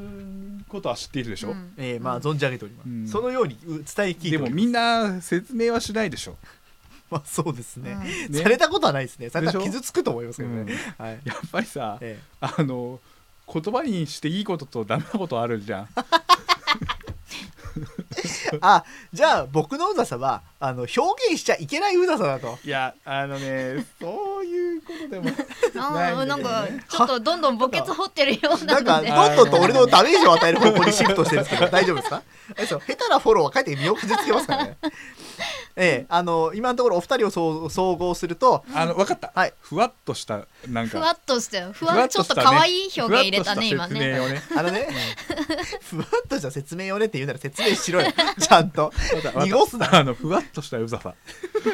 [SPEAKER 3] ことは知っているでしょ、
[SPEAKER 2] うん
[SPEAKER 1] えーまあ存じ上げております、
[SPEAKER 3] うん
[SPEAKER 1] そのようにう伝え聞いて
[SPEAKER 3] で
[SPEAKER 1] お
[SPEAKER 3] も
[SPEAKER 1] ります
[SPEAKER 3] みんな説明はしないでしょ
[SPEAKER 1] まあそうですね,、
[SPEAKER 3] うんね
[SPEAKER 1] されたことはないですねされたら
[SPEAKER 3] でしょ
[SPEAKER 1] 傷つくと思いますけどね、 はい
[SPEAKER 3] やっぱりさ、
[SPEAKER 1] え
[SPEAKER 3] あの言葉にしていいこととダメなことあるじゃん
[SPEAKER 1] ーあじゃあ僕のうざさはあの表現しちゃいけないうざさだと
[SPEAKER 3] いやあのねそういうことで も
[SPEAKER 2] あー ないん
[SPEAKER 3] なんだ
[SPEAKER 2] か
[SPEAKER 3] けどね
[SPEAKER 2] ちょっとどんどん墓穴掘ってるような
[SPEAKER 1] なんか
[SPEAKER 2] ので
[SPEAKER 1] どんどんと俺のダメージを与える方向にシフトしてるんです けど大丈夫ですかあれですよ下手なフォローは書いて身を傷つけますから ねええあの今のところお二人を総総合すると
[SPEAKER 3] あの分かった、
[SPEAKER 1] はい
[SPEAKER 3] ふわっとしたなん
[SPEAKER 2] ふ
[SPEAKER 3] か
[SPEAKER 2] わっとしたよふ
[SPEAKER 3] ふわ
[SPEAKER 2] わ
[SPEAKER 3] っ
[SPEAKER 2] ちょ
[SPEAKER 3] と
[SPEAKER 2] っ
[SPEAKER 3] した
[SPEAKER 2] と
[SPEAKER 3] ね
[SPEAKER 2] 可愛い表現入れたね
[SPEAKER 3] ふわ
[SPEAKER 2] 今
[SPEAKER 3] っとした説明
[SPEAKER 2] ね
[SPEAKER 3] をね
[SPEAKER 1] あのね、 ふわっとした説明をねって言うなら説明しろよ、 ちゃんと。 濁すな。
[SPEAKER 3] あのふわっとしたうざさ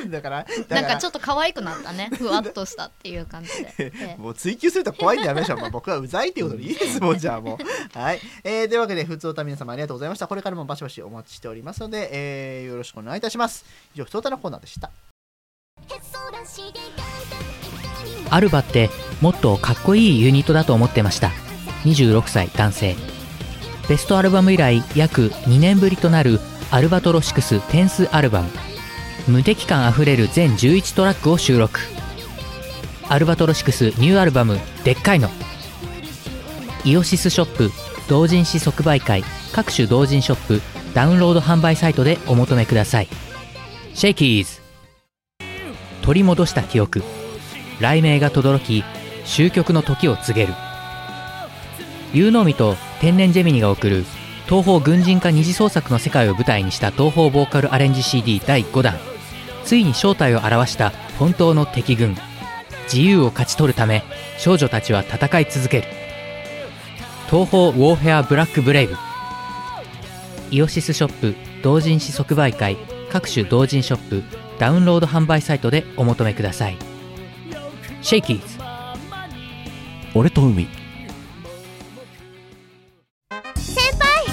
[SPEAKER 1] だから、
[SPEAKER 2] な
[SPEAKER 1] だか
[SPEAKER 2] ん
[SPEAKER 1] ら
[SPEAKER 2] かちょっと可愛くなったねふわっとしたっていう感じでええ
[SPEAKER 1] もう追求すると怖いんでやめましょう。まあ、僕はうざいっていうことでいいですもん、じゃあもう。はい。えー、というわけで、普通歌皆様ありがとうございました。これからもバシバシお待ちしておりますので、えーよろしくお願いいたします。以上、普通歌のコーナーでした。
[SPEAKER 5] アルバってもっとかっこいいユニットだと思ってました26歳男性ベストアルバム以来約2年ぶりとなるアルバトロシクステンスアルバム無敵感あふれる全11トラックを収録アルバトロシクスニューアルバム「でっかいの」イオシスショップ同人誌即売会各種同人ショップダウンロード販売サイトでお求めくださいシェイキーズ取り戻した記憶雷鳴が轟き終局の時を告げる有能美と天然ジェミニが送る東方軍人化二次創作の世界を舞台にした東方ボーカルアレンジ CD 第5弾ついに正体を表した本当の敵軍自由を勝ち取るため少女たちは戦い続ける東方ウォーフェアブラックブレイブイオシスショップ同人誌即売会各種同人ショップダウンロード販売サイトでお求めくださいシェイキーズ
[SPEAKER 6] 俺と海
[SPEAKER 4] 先輩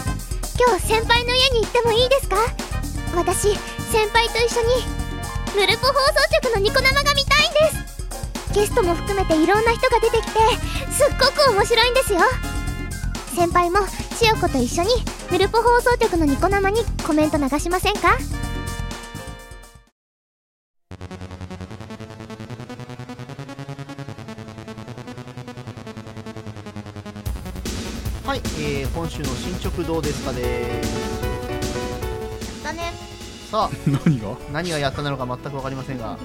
[SPEAKER 4] 今日先輩の家に行ってもいいですか私先輩と一緒にヌルポ放送局のニコ生が見たいんですゲストも含めていろんな人が出てきてすっごく面白いんですよ先輩も千代子と一緒にヌルポ放送局のニコ生にコメント流しませんか
[SPEAKER 1] はい。えー、今週の進捗どうですかです。
[SPEAKER 4] だね
[SPEAKER 1] さ
[SPEAKER 3] 何が
[SPEAKER 1] あ 何がやったなのか全く分かりませんが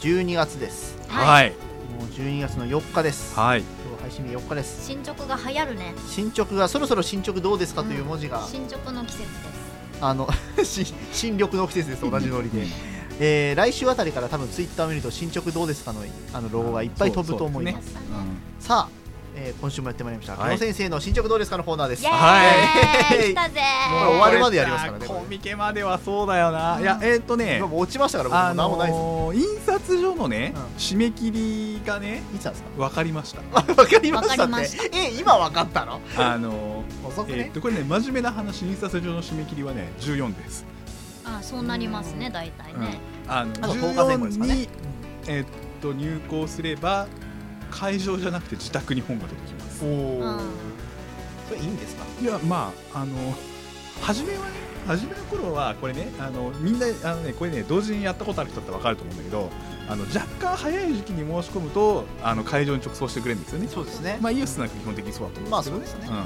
[SPEAKER 1] 12月です
[SPEAKER 2] はい
[SPEAKER 3] い
[SPEAKER 1] もう12月の4日です今
[SPEAKER 3] はい
[SPEAKER 1] 日配信日4日です
[SPEAKER 2] 進捗が流行るね
[SPEAKER 1] 進捗がそろそろ進捗どうですかという文字が、
[SPEAKER 2] 進捗の季節です
[SPEAKER 1] あの 新新緑の季節です同じノリで、えー来週あたりから多分ツイッターを見ると進捗どうですかのあのロゴがいっぱい飛ぶと思います
[SPEAKER 2] で
[SPEAKER 3] そう
[SPEAKER 2] すね
[SPEAKER 3] うん
[SPEAKER 1] さあ、えー今週もやってまいりました、
[SPEAKER 3] はい
[SPEAKER 1] 久野先生の進捗どうですかのコーナーです
[SPEAKER 2] イエーイ、
[SPEAKER 1] はい
[SPEAKER 2] 来たぜ
[SPEAKER 1] もう終わるまでやりますからね
[SPEAKER 3] コミケまではそうだよな、いやえっ、とね
[SPEAKER 1] 今もう落ちましたから
[SPEAKER 3] あ
[SPEAKER 1] 僕も何もないです、
[SPEAKER 3] のー印刷所のね、
[SPEAKER 1] うん
[SPEAKER 3] 締め切りがね
[SPEAKER 1] いつなんですか
[SPEAKER 3] 分かりました
[SPEAKER 1] わかり ました
[SPEAKER 2] わかりま
[SPEAKER 1] ね
[SPEAKER 2] し
[SPEAKER 1] え今わかったの
[SPEAKER 3] あのー
[SPEAKER 1] 遅く
[SPEAKER 3] えっ
[SPEAKER 1] ね、
[SPEAKER 3] とこれね真面目な話印刷所の締め切りはね14です、
[SPEAKER 2] あそうなりますね大体ね、
[SPEAKER 3] あの
[SPEAKER 1] あと10前後です
[SPEAKER 3] 14
[SPEAKER 1] かね
[SPEAKER 3] に、えっと入稿すれば会場じゃなくて自宅に本が届きます
[SPEAKER 1] おお、
[SPEAKER 2] うん
[SPEAKER 1] それいいんですか
[SPEAKER 3] いやまああの初めはね初めの頃はこれねあのみんなあのねこれね同時にやったことある人だったらわかると思うんだけどあの若干早い時期に申し込むとあの会場に直送してくれるんですよね
[SPEAKER 1] そうですね
[SPEAKER 3] まあイオスなんか基本的にそうだと思うん
[SPEAKER 1] ま
[SPEAKER 3] で
[SPEAKER 1] あ
[SPEAKER 3] すけ
[SPEAKER 1] そ
[SPEAKER 3] ど
[SPEAKER 1] うですね、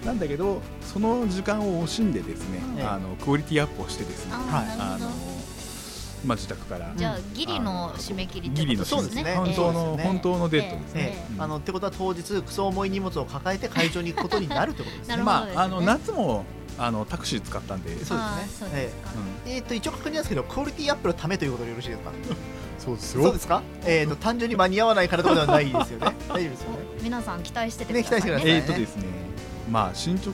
[SPEAKER 3] うん、なんだけどその時間を惜しんでですね、
[SPEAKER 1] うん
[SPEAKER 3] あのクオリティアップをしてですね
[SPEAKER 2] あ
[SPEAKER 1] はい
[SPEAKER 2] ーな
[SPEAKER 3] あ
[SPEAKER 2] るほ
[SPEAKER 3] の
[SPEAKER 2] ど、
[SPEAKER 3] まあ、自宅から
[SPEAKER 2] じゃあギリの締め切りって
[SPEAKER 3] ギ
[SPEAKER 2] こ
[SPEAKER 3] リ
[SPEAKER 2] と
[SPEAKER 3] の
[SPEAKER 2] ですね
[SPEAKER 1] そうですね
[SPEAKER 3] 本当の、
[SPEAKER 1] ええ
[SPEAKER 3] 本当のデートですね、
[SPEAKER 1] ええ
[SPEAKER 3] うん
[SPEAKER 1] あのってことは当日クソ重い荷物を抱えて会場に行くことになるってことですね
[SPEAKER 2] なるほど
[SPEAKER 3] まああの
[SPEAKER 2] な
[SPEAKER 3] 夏もあのタクシー使ったんで、うん、
[SPEAKER 1] そう
[SPEAKER 2] あー
[SPEAKER 1] です
[SPEAKER 2] そ
[SPEAKER 1] ね
[SPEAKER 2] う
[SPEAKER 1] えええ
[SPEAKER 2] ですか、
[SPEAKER 1] ー、と一応確認なんですけどクオリティアップのためということでよろしいですか
[SPEAKER 3] そうです
[SPEAKER 1] そうですか、えー、と単純に間に合わないからとかではないですよ ね大丈夫ですよね
[SPEAKER 2] お皆さん期待しててく
[SPEAKER 1] ね
[SPEAKER 2] ださい
[SPEAKER 1] 期待してください
[SPEAKER 3] えーとですねまあ進捗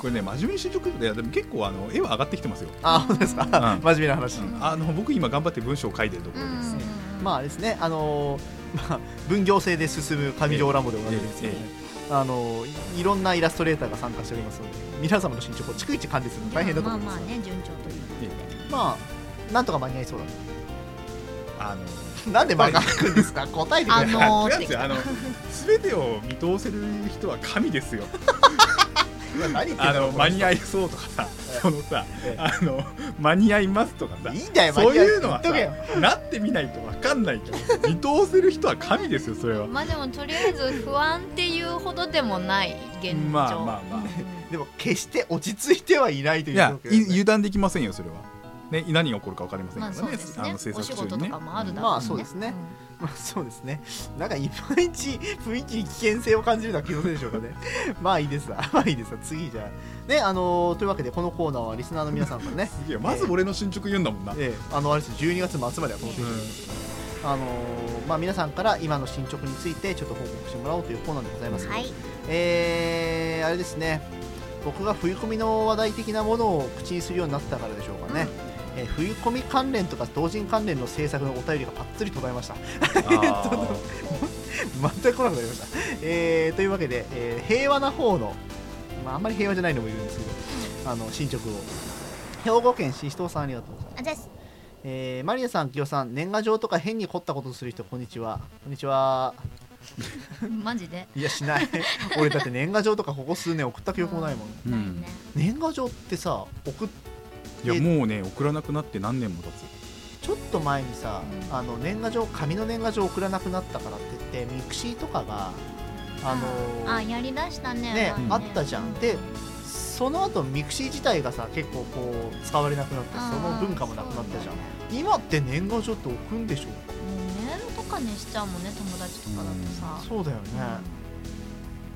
[SPEAKER 3] これね真面目に進捗ででも結構あの絵は上がってきてますよ、
[SPEAKER 1] あ本当ですか、
[SPEAKER 3] ん
[SPEAKER 1] 真面目な話、
[SPEAKER 3] うんあの僕今頑張って文章を書いてるとこ
[SPEAKER 2] う
[SPEAKER 3] ろ
[SPEAKER 2] ん
[SPEAKER 3] です、
[SPEAKER 1] まああれですねあのー まあ、分業制で進む上条ラボでおなじみですけどね、あのーいいろんなイラストレーターが参加しておりますので皆様の進捗を逐一管理するの大変だと思いま
[SPEAKER 2] ますあまあ
[SPEAKER 1] ま
[SPEAKER 2] ね順調という
[SPEAKER 3] ええ
[SPEAKER 1] あ、なんとか間に合いそうだ
[SPEAKER 3] あの
[SPEAKER 1] なんで間が空くんですか答えてくだ
[SPEAKER 2] あ
[SPEAKER 1] さい
[SPEAKER 2] のー
[SPEAKER 3] 違うんですよあの全てを見通せる人は神ですよ
[SPEAKER 1] 今何言って
[SPEAKER 3] あ
[SPEAKER 1] んだろ
[SPEAKER 3] の
[SPEAKER 1] う
[SPEAKER 3] 間に合いそうとかさそのさ
[SPEAKER 1] ええ
[SPEAKER 3] あの間に合いますとかさ
[SPEAKER 1] いいんだよ間に合
[SPEAKER 3] そういうのは
[SPEAKER 1] 言っとけよ
[SPEAKER 3] さなってみないと分かんないけど見通せる人は神ですよそれは
[SPEAKER 2] まあでもとりあえず不安っていうほどでもない現状
[SPEAKER 3] まあまあまあ
[SPEAKER 1] でも決して落ち着いてはいないという
[SPEAKER 3] い
[SPEAKER 1] 状
[SPEAKER 3] や
[SPEAKER 1] 況、
[SPEAKER 3] い
[SPEAKER 1] ですね
[SPEAKER 3] 油断できませんよ、それは。ね、何が起こるか分かりません
[SPEAKER 2] ま
[SPEAKER 3] か
[SPEAKER 2] あ
[SPEAKER 3] ら
[SPEAKER 2] そ
[SPEAKER 3] ね、
[SPEAKER 2] うです
[SPEAKER 3] あ
[SPEAKER 2] ね
[SPEAKER 3] の制
[SPEAKER 2] お
[SPEAKER 3] 作
[SPEAKER 2] 仕
[SPEAKER 3] 中
[SPEAKER 2] 事
[SPEAKER 3] に
[SPEAKER 2] と
[SPEAKER 3] ね。
[SPEAKER 2] かもあるだろ
[SPEAKER 1] まあ
[SPEAKER 2] うしね、
[SPEAKER 1] そうですねまあそうですね。なんかいまいち雰囲気に危険性を感じるのは気のせいでしょうかね。 まあいいですわ。 まあいいですわ。次じゃあ。ね、あのーというわけでこのコーナーはリスナーの皆さんからね、
[SPEAKER 3] すげえまず俺の進捗言うんだもんな。
[SPEAKER 1] ええあのあれです12月末まではこの選手あのーまあ皆さんから今の進捗についてちょっと報告してもらおうというコーナーでございますけど、
[SPEAKER 4] はい
[SPEAKER 1] えーあれですね。僕が冬コミの話題的なものを口にするようになったからでしょうかね。えー冬コミ関連とか同人関連の制作のお便りがぱっつり途絶えました。
[SPEAKER 3] あ
[SPEAKER 1] 全く来なくなりました、えーというわけで、えー平和な方の、まあ、あんまり平和じゃないのもいるんですけどあの進捗を兵庫県ししとうさんありがとうございます、
[SPEAKER 4] あざっす
[SPEAKER 1] えーマリアさんきよさん年賀状とか変に凝ったことする人こんにちはこんにちは
[SPEAKER 2] マジで
[SPEAKER 1] いやしない 俺だって年賀状とかここ数年送った記憶もないもん
[SPEAKER 3] ーう
[SPEAKER 2] ない
[SPEAKER 3] ん
[SPEAKER 2] ね、
[SPEAKER 1] 年賀状ってさ送っ
[SPEAKER 3] いや、もうね、送らなくなって何年も経つ。
[SPEAKER 1] ちょっと前にさ
[SPEAKER 2] うん
[SPEAKER 1] あの年賀状紙の年賀状送らなくなったからって言ってミクシーとかがあのー
[SPEAKER 2] あやりだしたね
[SPEAKER 1] ね
[SPEAKER 2] 前
[SPEAKER 1] あったじゃんでその後ミクシー自体がさ結構こう使われなくなってその文化もなくなったじゃん、
[SPEAKER 2] あ
[SPEAKER 1] 今って年賀状って置くんでしょ
[SPEAKER 2] ーそうだよねもうメールとかにしちゃうもんね友達とかだとさ
[SPEAKER 1] そうだよね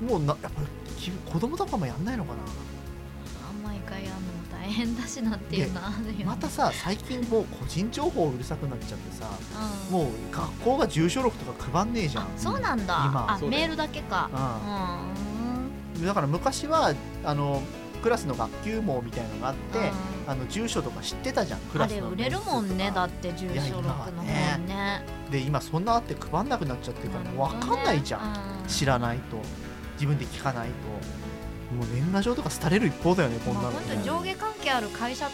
[SPEAKER 2] うんあ
[SPEAKER 1] もうなやっぱき子供とかもやんないのか
[SPEAKER 2] 毎回やるのも大変だしなっていうのはあるよね
[SPEAKER 1] なまたさ最近もう個人情報うるさくなっちゃってさ
[SPEAKER 2] うん
[SPEAKER 1] もう学校が住所録とか配んねえじゃ
[SPEAKER 2] あ
[SPEAKER 1] ん
[SPEAKER 2] そうなんだ
[SPEAKER 1] 今
[SPEAKER 2] あ
[SPEAKER 3] そうだよ
[SPEAKER 2] メールだけかう
[SPEAKER 1] う
[SPEAKER 2] ー
[SPEAKER 1] んだから昔はあのクラスの学級網みたいなのがあって
[SPEAKER 2] ん
[SPEAKER 1] あの住所とか知ってたじゃんク
[SPEAKER 2] あ
[SPEAKER 1] ラス
[SPEAKER 2] れ
[SPEAKER 1] の
[SPEAKER 2] 売れるもんねだ
[SPEAKER 1] だ
[SPEAKER 2] って住所録の方
[SPEAKER 1] いや今
[SPEAKER 2] ね
[SPEAKER 1] で今そんなあって配んなくなっちゃってるからもう分かんないじゃん
[SPEAKER 2] ん
[SPEAKER 1] 知らないと自分で聞かないともう年賀状とか廃れる一方だよねこんな
[SPEAKER 2] まあ、
[SPEAKER 1] の
[SPEAKER 2] 本当に
[SPEAKER 1] ね、
[SPEAKER 2] 上下関係ある会社の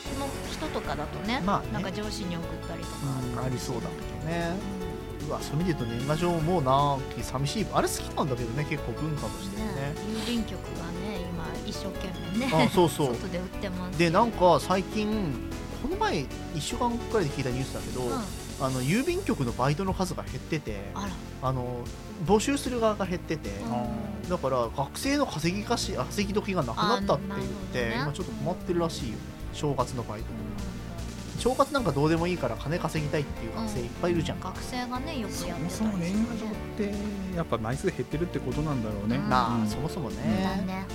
[SPEAKER 2] 人とかだとね,、
[SPEAKER 1] まあね
[SPEAKER 2] なんか上司に送ったりとか
[SPEAKER 1] うんありそうだけどね
[SPEAKER 2] う
[SPEAKER 1] うわそういう意味で言うと年賀状もなき寂しいあれ好きなんだけどね結構文化とし
[SPEAKER 2] ん
[SPEAKER 1] て
[SPEAKER 2] ね
[SPEAKER 1] ね
[SPEAKER 2] 郵便局がね今一生懸命
[SPEAKER 1] あ
[SPEAKER 2] ね
[SPEAKER 1] そうそう
[SPEAKER 2] 外で売ってます
[SPEAKER 1] でなんか最近この前1週間くらいで聞いたニュースだけど、
[SPEAKER 2] うん、あ
[SPEAKER 1] あの郵便局のバイトの数が減ってて
[SPEAKER 2] ら、
[SPEAKER 1] あの募集する側が減ってて、
[SPEAKER 2] うん
[SPEAKER 1] だから学生の稼ぎかし稼ぎ時がなくなったって言って、
[SPEAKER 2] あなる
[SPEAKER 1] 今
[SPEAKER 2] ほどね
[SPEAKER 1] ちょっと困ってるらしいよ正月のバイトも腸活なんかどうでもいいから金稼ぎたいっていう学生いっぱいいるじゃん、
[SPEAKER 2] 学生がねよく
[SPEAKER 3] そ
[SPEAKER 2] やってたりしてね
[SPEAKER 3] もそも年賀状ってやっぱ枚数減ってるってことなんだろうね、
[SPEAKER 2] うん
[SPEAKER 1] ま
[SPEAKER 3] う
[SPEAKER 1] あ
[SPEAKER 3] ん
[SPEAKER 1] そもそもね、
[SPEAKER 2] だね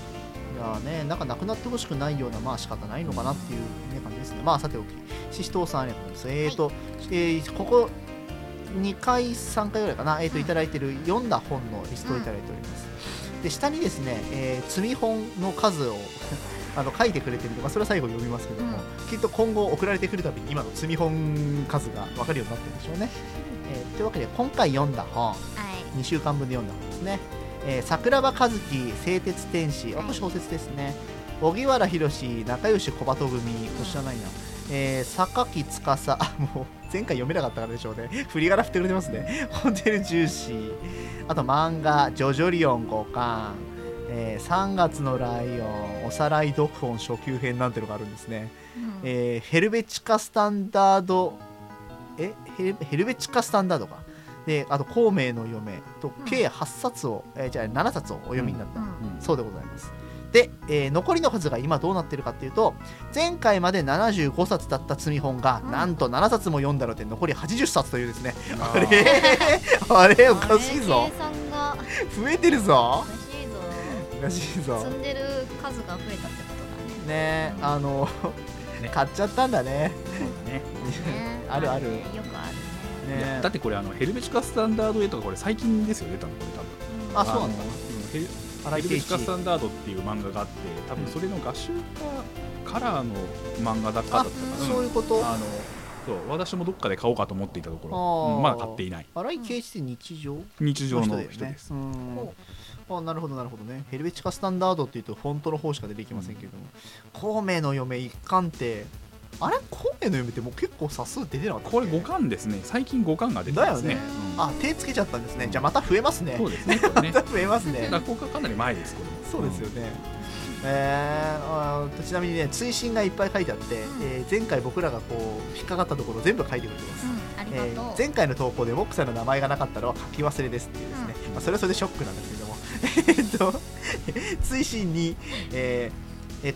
[SPEAKER 1] いやーねなんかなくなってほしくないようなまあ仕方ないのかなっていう、ね感じですねまあさておきししとうさんありがとうございますえーと、えーここ2回3回ぐらいかなえーといただいてる読んだ本のリストをいただいております、で下にですね、えー積み本の数を あの書いてくれてるのがそれは最後読みますけども、きっと今後送られてくるたびに今の積み本数が分かるようになってるんでしょうね、えーというわけで今回読んだ本
[SPEAKER 4] はい
[SPEAKER 1] 2週間分で読んだ本ですね、えー桜庭和樹「製鉄天使」あこれ小説ですね荻原博仲良小鳩組これ知らないな、えー、榊司あもう前回読めなかったからでしょうね振り柄振ってくれてますねホテルジューシーあと漫画「ジョジョリオン五巻」えー3月のライオン」「おさらい読本初級編」なんてのがあるんですね
[SPEAKER 2] うん
[SPEAKER 1] えーヘルベチカスタンダードえヘルヘルベチカスタンダードかであと孔明の嫁と
[SPEAKER 2] うん
[SPEAKER 1] 計8冊を、えーじゃあ7冊をお読みになった、
[SPEAKER 2] うん
[SPEAKER 3] うん
[SPEAKER 1] そうでございますで、えー残りの数が今どうなってるかっていうと前回まで75冊だった積み本が、
[SPEAKER 2] うん
[SPEAKER 1] なんと7冊も読んだので残り80冊というですねあ れあれおかしい
[SPEAKER 2] あれ
[SPEAKER 1] ぞ
[SPEAKER 2] 計算が
[SPEAKER 1] 増えてるぞ
[SPEAKER 2] おかしいぞ
[SPEAKER 1] おかしいぞ
[SPEAKER 2] 積んでる数が増えたってこ
[SPEAKER 1] ね
[SPEAKER 2] と
[SPEAKER 1] えあの
[SPEAKER 3] ね
[SPEAKER 1] 買っちゃったんだね
[SPEAKER 2] だ
[SPEAKER 3] ね
[SPEAKER 2] ね
[SPEAKER 1] あるある
[SPEAKER 2] ねよくある
[SPEAKER 1] ね
[SPEAKER 2] ね
[SPEAKER 3] いやだってこれあのヘルベチカスタンダード A とかこれ最近ですよ出たのこれ多
[SPEAKER 2] う
[SPEAKER 3] 分
[SPEAKER 2] ん
[SPEAKER 1] あそうなんだ
[SPEAKER 3] あのうんヘル
[SPEAKER 1] 荒
[SPEAKER 3] ヘ
[SPEAKER 1] 井
[SPEAKER 3] ル
[SPEAKER 1] 圭
[SPEAKER 3] ベチ
[SPEAKER 1] 一
[SPEAKER 3] カスタンダードっていう漫画があって多分それの画集かカラーの漫画だった
[SPEAKER 1] あ
[SPEAKER 3] だったかな
[SPEAKER 1] そういうこと
[SPEAKER 3] あのそう私もどっかで買おうかと思っていたとこ
[SPEAKER 1] あー
[SPEAKER 3] ろ、うんまだ買っていない
[SPEAKER 1] 荒井圭一って日常
[SPEAKER 3] 日常
[SPEAKER 1] の人
[SPEAKER 3] の
[SPEAKER 1] だよ
[SPEAKER 3] 人
[SPEAKER 1] ね
[SPEAKER 3] です。
[SPEAKER 1] うんあなるほどなるほどねヘルベチカスタンダードっていうとフォントの方しか出てきませんけれども孔明の嫁一巻ってあれ孔明の嫁ってもう結構冊数出てなかったっけ
[SPEAKER 3] これ五巻ですね最近五巻が出て
[SPEAKER 1] だ
[SPEAKER 3] ま
[SPEAKER 1] よ
[SPEAKER 3] すね
[SPEAKER 1] ね
[SPEAKER 3] うん
[SPEAKER 1] あ手つけちゃったんですねじゃあまた増えますね
[SPEAKER 3] そうですねこ れ
[SPEAKER 1] ま
[SPEAKER 3] ね
[SPEAKER 1] た増えますね
[SPEAKER 3] 学校がかなり前ですこれ
[SPEAKER 1] そうですよね、えーあーちなみにね追伸がいっぱい書いてあって、
[SPEAKER 2] うん
[SPEAKER 1] えー前回僕らがこう引っかかったところ全部書いてくれてます、
[SPEAKER 2] うんありが
[SPEAKER 1] え
[SPEAKER 2] と
[SPEAKER 1] ー
[SPEAKER 2] う
[SPEAKER 1] 前回の投稿でモックさんの名前がなかったのは書き忘れですっていうですね、まあ、それはそれでショックなんですけども えっと追伸に、えーえー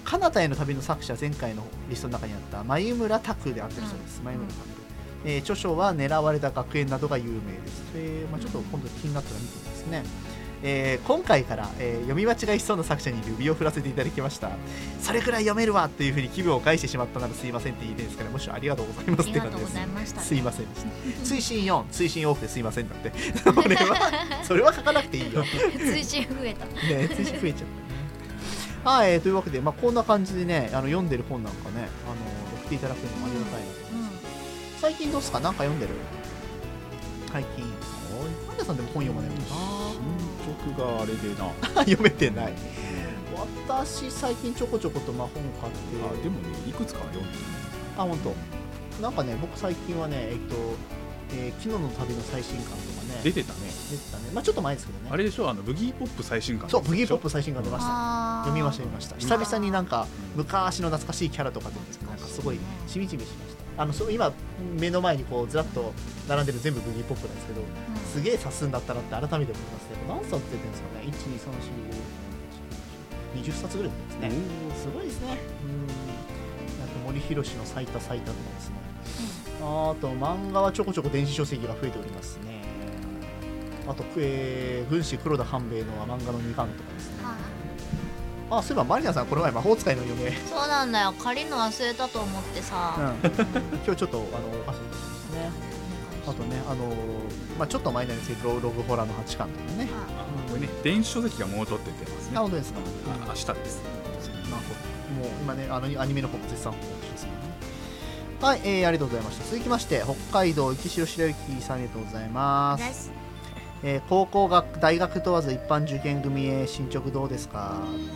[SPEAKER 1] 彼方への旅の作者前回のリストの中にあった眉村拓であってるそうです、眉村拓、えー著書は狙われた学園などが有名です、えーまあ、ちょっと今度気になったら見てみますね、えー今回から、えー読み間違いしそうな作者に指を振らせていただきましたそれくらい読めるわというふうに気分を害してしまったならすいませんっていいですからむしろありがとうございま
[SPEAKER 2] あ
[SPEAKER 1] すっ
[SPEAKER 2] り
[SPEAKER 1] て
[SPEAKER 2] が
[SPEAKER 1] 感
[SPEAKER 2] と
[SPEAKER 1] じ
[SPEAKER 2] う
[SPEAKER 1] で
[SPEAKER 2] ご
[SPEAKER 1] す
[SPEAKER 2] ざいました
[SPEAKER 1] すいませんでした 推進4推進多くてすいませんだって これはそれは書かなくて いいよ、ね、
[SPEAKER 2] 追伸増えた
[SPEAKER 1] 推進増えちゃったはい、えーというわけで、まあ、こんな感じでねあの読んでる本なんかねあの送っていただくのもありがたいなと思います、最近どうっすかなんか読んでる最近患者さんでも本読まないもんな
[SPEAKER 3] 進捗があれでな
[SPEAKER 1] 読めてない私最近ちょこちょことまあ本買
[SPEAKER 3] あ
[SPEAKER 1] って
[SPEAKER 3] でもねいくつかは読んでる
[SPEAKER 1] あ本当。なんかね僕最近はねえっと、えー昨日の旅の最新刊とかね
[SPEAKER 3] 出
[SPEAKER 1] 出て
[SPEAKER 3] てたね
[SPEAKER 1] たねまあちょっと前ですけどね
[SPEAKER 3] あれでしょあのブギーポップ最新刊
[SPEAKER 1] そう、ブギーポップ最新刊出ました。
[SPEAKER 2] あー
[SPEAKER 1] 読みました、読みました。久々になんか、昔の懐かしいキャラとか出てきて、なんかすごい、しみじみしました。あの、そう、今、目の前にこう、ずらっと並んでる全部ブギーポップなんですけど、
[SPEAKER 2] うん
[SPEAKER 1] すげえ冊数になったなって改めて思いますね。何冊出てるんですかね。1、2、3、4、5、6、7、8、9、10 20冊ぐらい出てるんですね。すごいですね。うん。なんか森博の最多最多とかですね。あと漫画はちょこちょこ電子書籍が増えておりますね。あと、えー軍師黒田半兵衛の漫画の2巻とかですね。
[SPEAKER 2] あ
[SPEAKER 1] あ、そういえばマリナさんこの前魔法使いの嫁、うん、
[SPEAKER 2] そうなんだよ借りるの忘れたと思って さ、
[SPEAKER 1] 今日ちょっとあのおかしいですね。あとね、あのまあちょっと前なんですけどログホラーの8巻とかね。
[SPEAKER 2] あ
[SPEAKER 3] あこれね電子書籍がもう取って出てますね
[SPEAKER 1] あ、本当ですか。
[SPEAKER 3] あ明日です
[SPEAKER 1] まあこうもう今ね、あのアニメの方も絶賛放送ですね。はい、えー、ありがとうございました。続きまして、北海道雪城白雪さんありがとうございます。えー高校学大学問わず一般受験組へ進捗どうですかっていう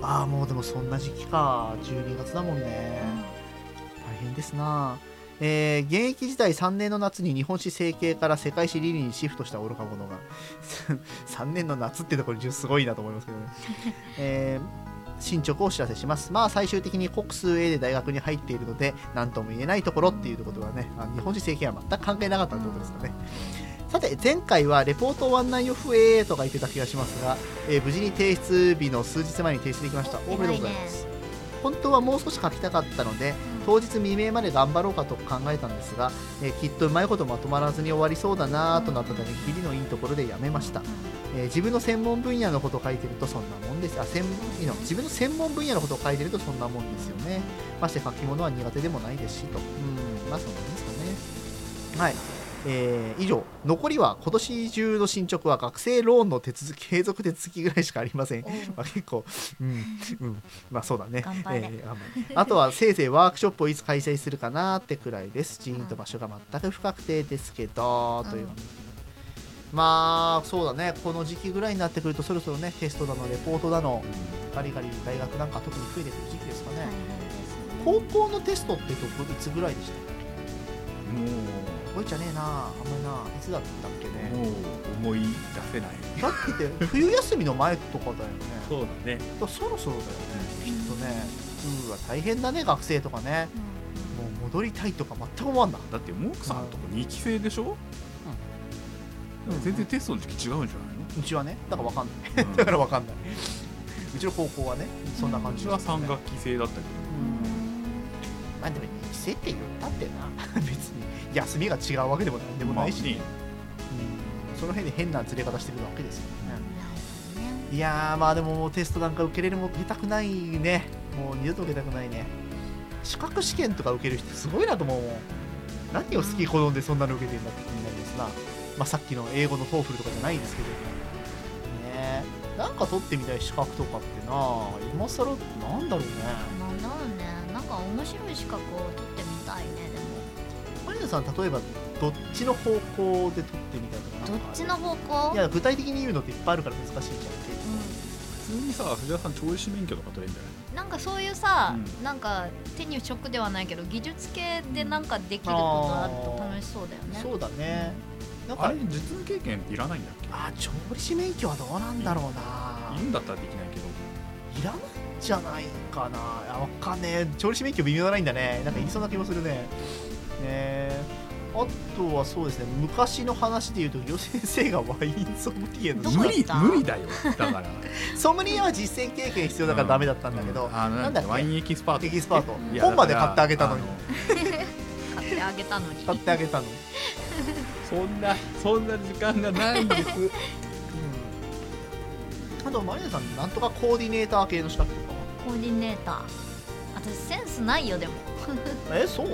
[SPEAKER 1] ああもうでもそんな時期か12月だもんね大変ですなえー現役時代3年の夏に日本史整形から世界史理理にシフトした愚か者が 3年の夏ってところすごいなと思いますけどね、えー進捗をお知らせしますまあ最終的に国数 A で大学に入っているので何とも言えないところっていうことはねあの日本史整形は全く関係なかったってことですかねさて前回はレポートワンナイオフエーとか言ってた気がしますが、えー無事に提出日の数日前に提出できましたお
[SPEAKER 2] お
[SPEAKER 1] めでとうございます本当はもう少し書きたかったので当日未明まで頑張ろうかと考えたんですが、えーきっとうまいことまとまらずに終わりそうだなぁとなったためきりのいいところでやめました、えー自分の専門分野のことを書いてるとそんなもんですあ専いいの自分の専門分野のことを書いてるとそんなもんですよねまして書き物は苦手でもないですしとうんまあそんなもんですかねはいえー以上残りは今年中の進捗は学生ローンの手続き 継続手続きぐらいしかありません、
[SPEAKER 2] おう
[SPEAKER 1] まあ、結構うんうんまあそうだね
[SPEAKER 2] 頑張れ
[SPEAKER 1] えー頑張れあとはせいぜいワークショップをいつ開催するかなってくらいです寺院と場所が全く不確定ですけど、
[SPEAKER 2] うん
[SPEAKER 1] というまあそうだねこの時期ぐらいになってくるとそろそろねテストだのレポートだのガリガリ大学なんか特に増えてくる時期ですかね、
[SPEAKER 2] 大変ですね
[SPEAKER 1] 高校のテストってどこいつぐらいでしたっけ覚えちゃねえなあんまりないつだったっけ
[SPEAKER 3] もう
[SPEAKER 1] ね
[SPEAKER 3] もう思い出せない
[SPEAKER 1] だって冬休みの前とかだよね
[SPEAKER 6] そうだね
[SPEAKER 1] だからそろそろだよねきっとねうーわ大変だね学生とかねもう戻りたいとか全く思わんな
[SPEAKER 3] だってモークさんとこ2期生でしょ、
[SPEAKER 1] うん
[SPEAKER 3] 全然テストの時期違うんじゃ
[SPEAKER 1] うちはねだからわかんない
[SPEAKER 3] ない の、
[SPEAKER 1] だからわかんないうちの高校はねそんな
[SPEAKER 3] う
[SPEAKER 1] 感
[SPEAKER 3] ち
[SPEAKER 1] じ
[SPEAKER 3] は
[SPEAKER 1] ですね
[SPEAKER 3] 3学期制だったけど
[SPEAKER 1] まあでも2期生って言ったってな 別に休みが違うわけでもなんでもないし、
[SPEAKER 3] まあね
[SPEAKER 1] うんその辺で変なずれ方してるわけですよねいやーまあでももうテストなんか受けれるもん受けたくないねもう二度と受けたくないね資格試験とか受ける人すごいなと思うもん何を好き好んでそんなの受けてるんだって気になりますな、まあ、さっきの英語のトーフルとかじゃないですけどねえなんか取ってみたい資格とかってな今更なんだろうね
[SPEAKER 2] なんだろうねなんか面白い資格を取ってみたいね
[SPEAKER 1] マリナさん例えばどっちの方向で取ってみたいとか
[SPEAKER 2] で
[SPEAKER 1] な
[SPEAKER 2] も
[SPEAKER 1] んか
[SPEAKER 2] ど
[SPEAKER 1] あ
[SPEAKER 2] っ
[SPEAKER 1] る
[SPEAKER 2] ちの方向
[SPEAKER 1] いや具体的に言うのっていっぱいあるから難しいじゃ
[SPEAKER 3] 普通にさ藤原さん調理師免許とか取れるんじゃない
[SPEAKER 2] うんなんかそういうさ、
[SPEAKER 3] うん
[SPEAKER 2] なんか手に職ではないけど技術系でなんかできることあると楽しそうだよ
[SPEAKER 1] ん、
[SPEAKER 2] ね
[SPEAKER 1] そうだねなんか
[SPEAKER 3] あれ実務経験っていらないんだっ
[SPEAKER 1] あ調理師免許はどうなんだろうな
[SPEAKER 3] けいるんだったらできないけど
[SPEAKER 1] いらないんじゃないかなあわかんねえ調理師免許微妙じゃないんだねなんかいりそうな気もするねねえあとはそうですね昔の話で言うと漁先生がワインソムリエの
[SPEAKER 2] ど
[SPEAKER 3] 無
[SPEAKER 2] こ行
[SPEAKER 3] 理
[SPEAKER 2] った
[SPEAKER 3] 無理だよだ から
[SPEAKER 1] ソムリエは実践経験必要だからダメだったんだけど、
[SPEAKER 3] あのなんだっけワインエキスパート
[SPEAKER 1] エキスパート
[SPEAKER 3] いや
[SPEAKER 1] 本まで買ってあげたのに
[SPEAKER 3] だから
[SPEAKER 2] 買ってあげたのに
[SPEAKER 1] 買ってあげたのに
[SPEAKER 3] そんなそんな時間がないんです
[SPEAKER 1] あとマリナさんなんとかコーディネーター系の資格とか
[SPEAKER 2] コーディネーター私センスないよでも
[SPEAKER 1] はえそう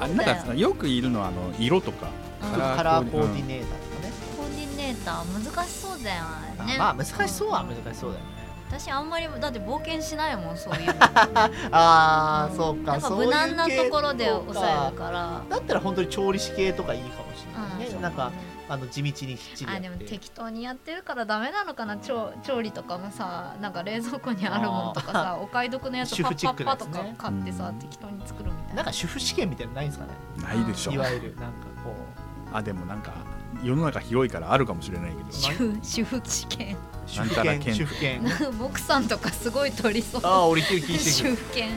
[SPEAKER 3] あ
[SPEAKER 2] そう
[SPEAKER 3] なん
[SPEAKER 2] だよ
[SPEAKER 3] かさよくいるのはあの色とか
[SPEAKER 2] うん
[SPEAKER 3] カ
[SPEAKER 1] カ
[SPEAKER 3] ラ
[SPEAKER 1] ラ
[SPEAKER 3] ー
[SPEAKER 1] ー
[SPEAKER 3] コ
[SPEAKER 1] コ
[SPEAKER 3] ー
[SPEAKER 1] ー
[SPEAKER 3] デ
[SPEAKER 1] デ
[SPEAKER 3] ィ
[SPEAKER 1] ィネーターとかね、
[SPEAKER 2] コーディネーター難しそうだよね
[SPEAKER 1] まあ難しそうは難しそうだよね、
[SPEAKER 2] 私あんまりだって冒険しないもんそういうの
[SPEAKER 1] ああそう
[SPEAKER 2] な
[SPEAKER 1] か
[SPEAKER 2] んか
[SPEAKER 1] そういう
[SPEAKER 2] 無難なところで
[SPEAKER 1] 系統
[SPEAKER 2] 抑
[SPEAKER 1] か
[SPEAKER 2] えるから
[SPEAKER 1] だったら本当に調理師系とかいいかもしれ
[SPEAKER 2] うん
[SPEAKER 1] ないね、
[SPEAKER 2] そう
[SPEAKER 1] なんかあの地道にきっちりやっ
[SPEAKER 2] あ
[SPEAKER 1] て
[SPEAKER 2] でも適当にやってるからダメなのかな調調理とかもさなんか冷蔵庫にあるものとかさお買い得のやつ
[SPEAKER 1] 主
[SPEAKER 2] パ
[SPEAKER 1] 婦チ
[SPEAKER 2] ッ
[SPEAKER 1] ッ
[SPEAKER 2] パ
[SPEAKER 1] ク
[SPEAKER 2] ッ
[SPEAKER 1] な
[SPEAKER 2] パ
[SPEAKER 1] やつ
[SPEAKER 2] と
[SPEAKER 1] ね
[SPEAKER 2] か買ってさ、
[SPEAKER 3] うん
[SPEAKER 2] 適当に作るみたい
[SPEAKER 1] なん
[SPEAKER 2] な
[SPEAKER 1] か主婦試験みたいなのないんですかね
[SPEAKER 3] ないでしょ
[SPEAKER 1] いわゆるなんかこう
[SPEAKER 3] あでもなんか世の中広いからあるかもしれないけど
[SPEAKER 2] 主婦主婦試 験
[SPEAKER 1] 主
[SPEAKER 3] なん
[SPEAKER 1] 婦
[SPEAKER 3] たら研
[SPEAKER 1] 権主婦権
[SPEAKER 2] 僕さんとかすごい取りそう
[SPEAKER 1] ああ降りてる気してくる
[SPEAKER 2] 主婦研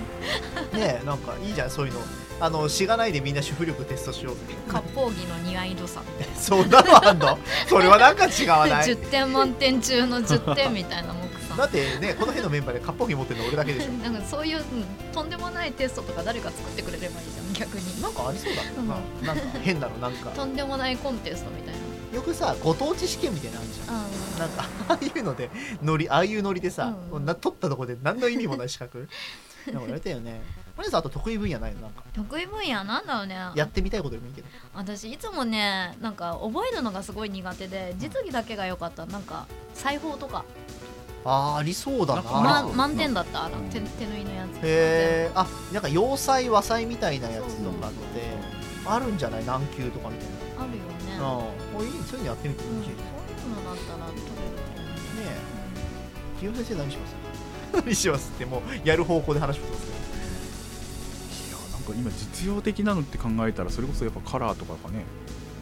[SPEAKER 1] ねなんかいいじゃんそういうのあのしがないでみんな主婦力テストしようって
[SPEAKER 2] 割烹着の似合い度さ
[SPEAKER 1] そんなのあんのそれはなんか違 わない
[SPEAKER 2] 10点満点中 の10点みたいな木さん
[SPEAKER 1] だってねこの辺のメンバーでカッポギ持ってるの俺だけでしょ
[SPEAKER 2] なんかそういう、うんとんでもないテストとか誰か作ってくれればいいじゃん逆に
[SPEAKER 1] なんかありそうだけどな,、なんか変なのなんか
[SPEAKER 2] とんでもないコンテストみたい
[SPEAKER 1] よくさご当地試験みたいなのあるじゃんな
[SPEAKER 2] な、
[SPEAKER 1] んかああいうのでノリああいうノリでさ、
[SPEAKER 2] うん
[SPEAKER 1] な取ったとこで何の意味もない資 格なんかやりたいよねマリさんあと得意分野ないのなんか
[SPEAKER 2] 得意分野なんだろうね
[SPEAKER 1] やってみたいことでもいいけど
[SPEAKER 2] 私いつもねなんか覚えるのがすごい苦手で実技だけが良かったなんか裁縫とか、
[SPEAKER 1] あーありそうだな
[SPEAKER 3] なんか
[SPEAKER 2] ま
[SPEAKER 3] あ、そう
[SPEAKER 2] 満点だったあの
[SPEAKER 3] うん
[SPEAKER 2] 手手縫いのやつ
[SPEAKER 1] へえあなんか洋裁和裁みたいなやつとかって
[SPEAKER 2] そう
[SPEAKER 1] あるんじゃない軟球とかみたい
[SPEAKER 2] あるよね
[SPEAKER 1] な、ああおいいそういうのやってみて
[SPEAKER 2] うん
[SPEAKER 1] ほし
[SPEAKER 2] そ
[SPEAKER 1] い
[SPEAKER 2] うい
[SPEAKER 1] ね
[SPEAKER 2] うのだったら取れると思う
[SPEAKER 1] え清先生何します 何しますってもうやる方向で話してますけど
[SPEAKER 3] いやなんか今実用的なのって考えたらそれこそやっぱカラーとかがね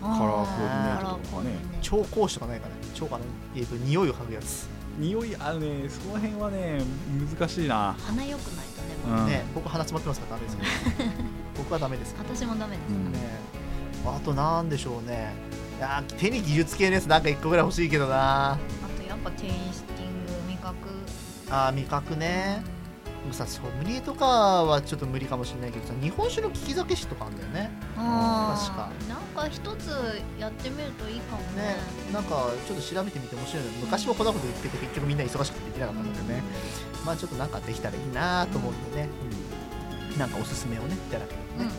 [SPEAKER 2] カ
[SPEAKER 3] カラーコーディネートとかね
[SPEAKER 1] 超講師とかないかね超かなえっと匂いを嗅ぐやつ
[SPEAKER 3] 匂いあのねその辺はね難しいな
[SPEAKER 2] 鼻良くないとね、
[SPEAKER 3] うん
[SPEAKER 1] ね僕鼻詰まってますからダメです けど僕はダメですからね
[SPEAKER 2] 私もダメです、
[SPEAKER 3] うん
[SPEAKER 1] あとなんでしょうねいやー手に技術系のやつなんか一個ぐらい欲しいけどな
[SPEAKER 2] あとやっぱテイスティング味覚
[SPEAKER 1] あー味覚ねもさソムリエとかはちょっと無理かもしれないけどさ日本酒の聞き酒師とかあるんだよね
[SPEAKER 2] あー
[SPEAKER 1] 確か
[SPEAKER 2] なんか一つやってみるといいかもね
[SPEAKER 1] ねなんかちょっと調べてみて面白いの昔はこんなこと言ってて結局みんな忙しくてできなかったんだけどね、まあちょっとなんかできたらいいなと思ってね、うんなんかおすすめをねいただけると
[SPEAKER 2] うん
[SPEAKER 1] ね、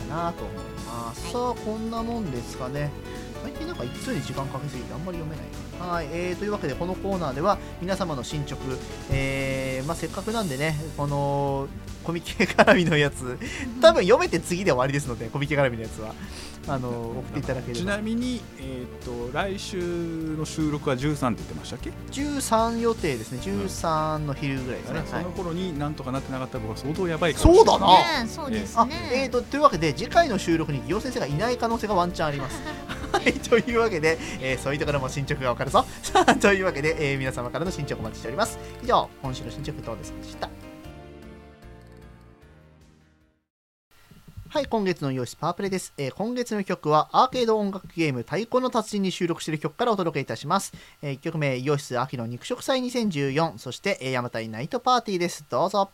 [SPEAKER 1] いいかなと思います、さあこんなもんですかね最近なんか一通に時間かけすぎてあんまり読めないなはい、えー、というわけでこのコーナーでは皆様の進捗、えーまあ、せっかくなんでねこのコミケ絡みのや つ多分読めて次で終わりですのでコミケ絡みのやつはあの送っていただければ
[SPEAKER 3] ちなみに、えー、と来週の収録は13って言ってましたっけ、
[SPEAKER 1] 13予定ですね13の昼ぐらいですね、
[SPEAKER 3] そ
[SPEAKER 1] はい
[SPEAKER 3] の頃になんとかなってなかった僕は相当やばいから
[SPEAKER 1] そうだな
[SPEAKER 2] ねそうです
[SPEAKER 1] あ
[SPEAKER 2] ね
[SPEAKER 1] えー、とというわけで次回の収録に行先生がいない可能性がワンチャンあります はいというわけで、えーそういうところも進捗がわかるぞ さあというわけで、えー皆様からの進捗お待ちしております以上今週の進捗どうですかでしたはい、今月の用紙パワープレイです、えー今月の曲はアーケード音楽ゲーム太鼓の達人に収録している曲からお届けいたします。え1曲目、洋室秋の肉食祭2014、そして、えー、山対ナイトパーティーです。どうぞ。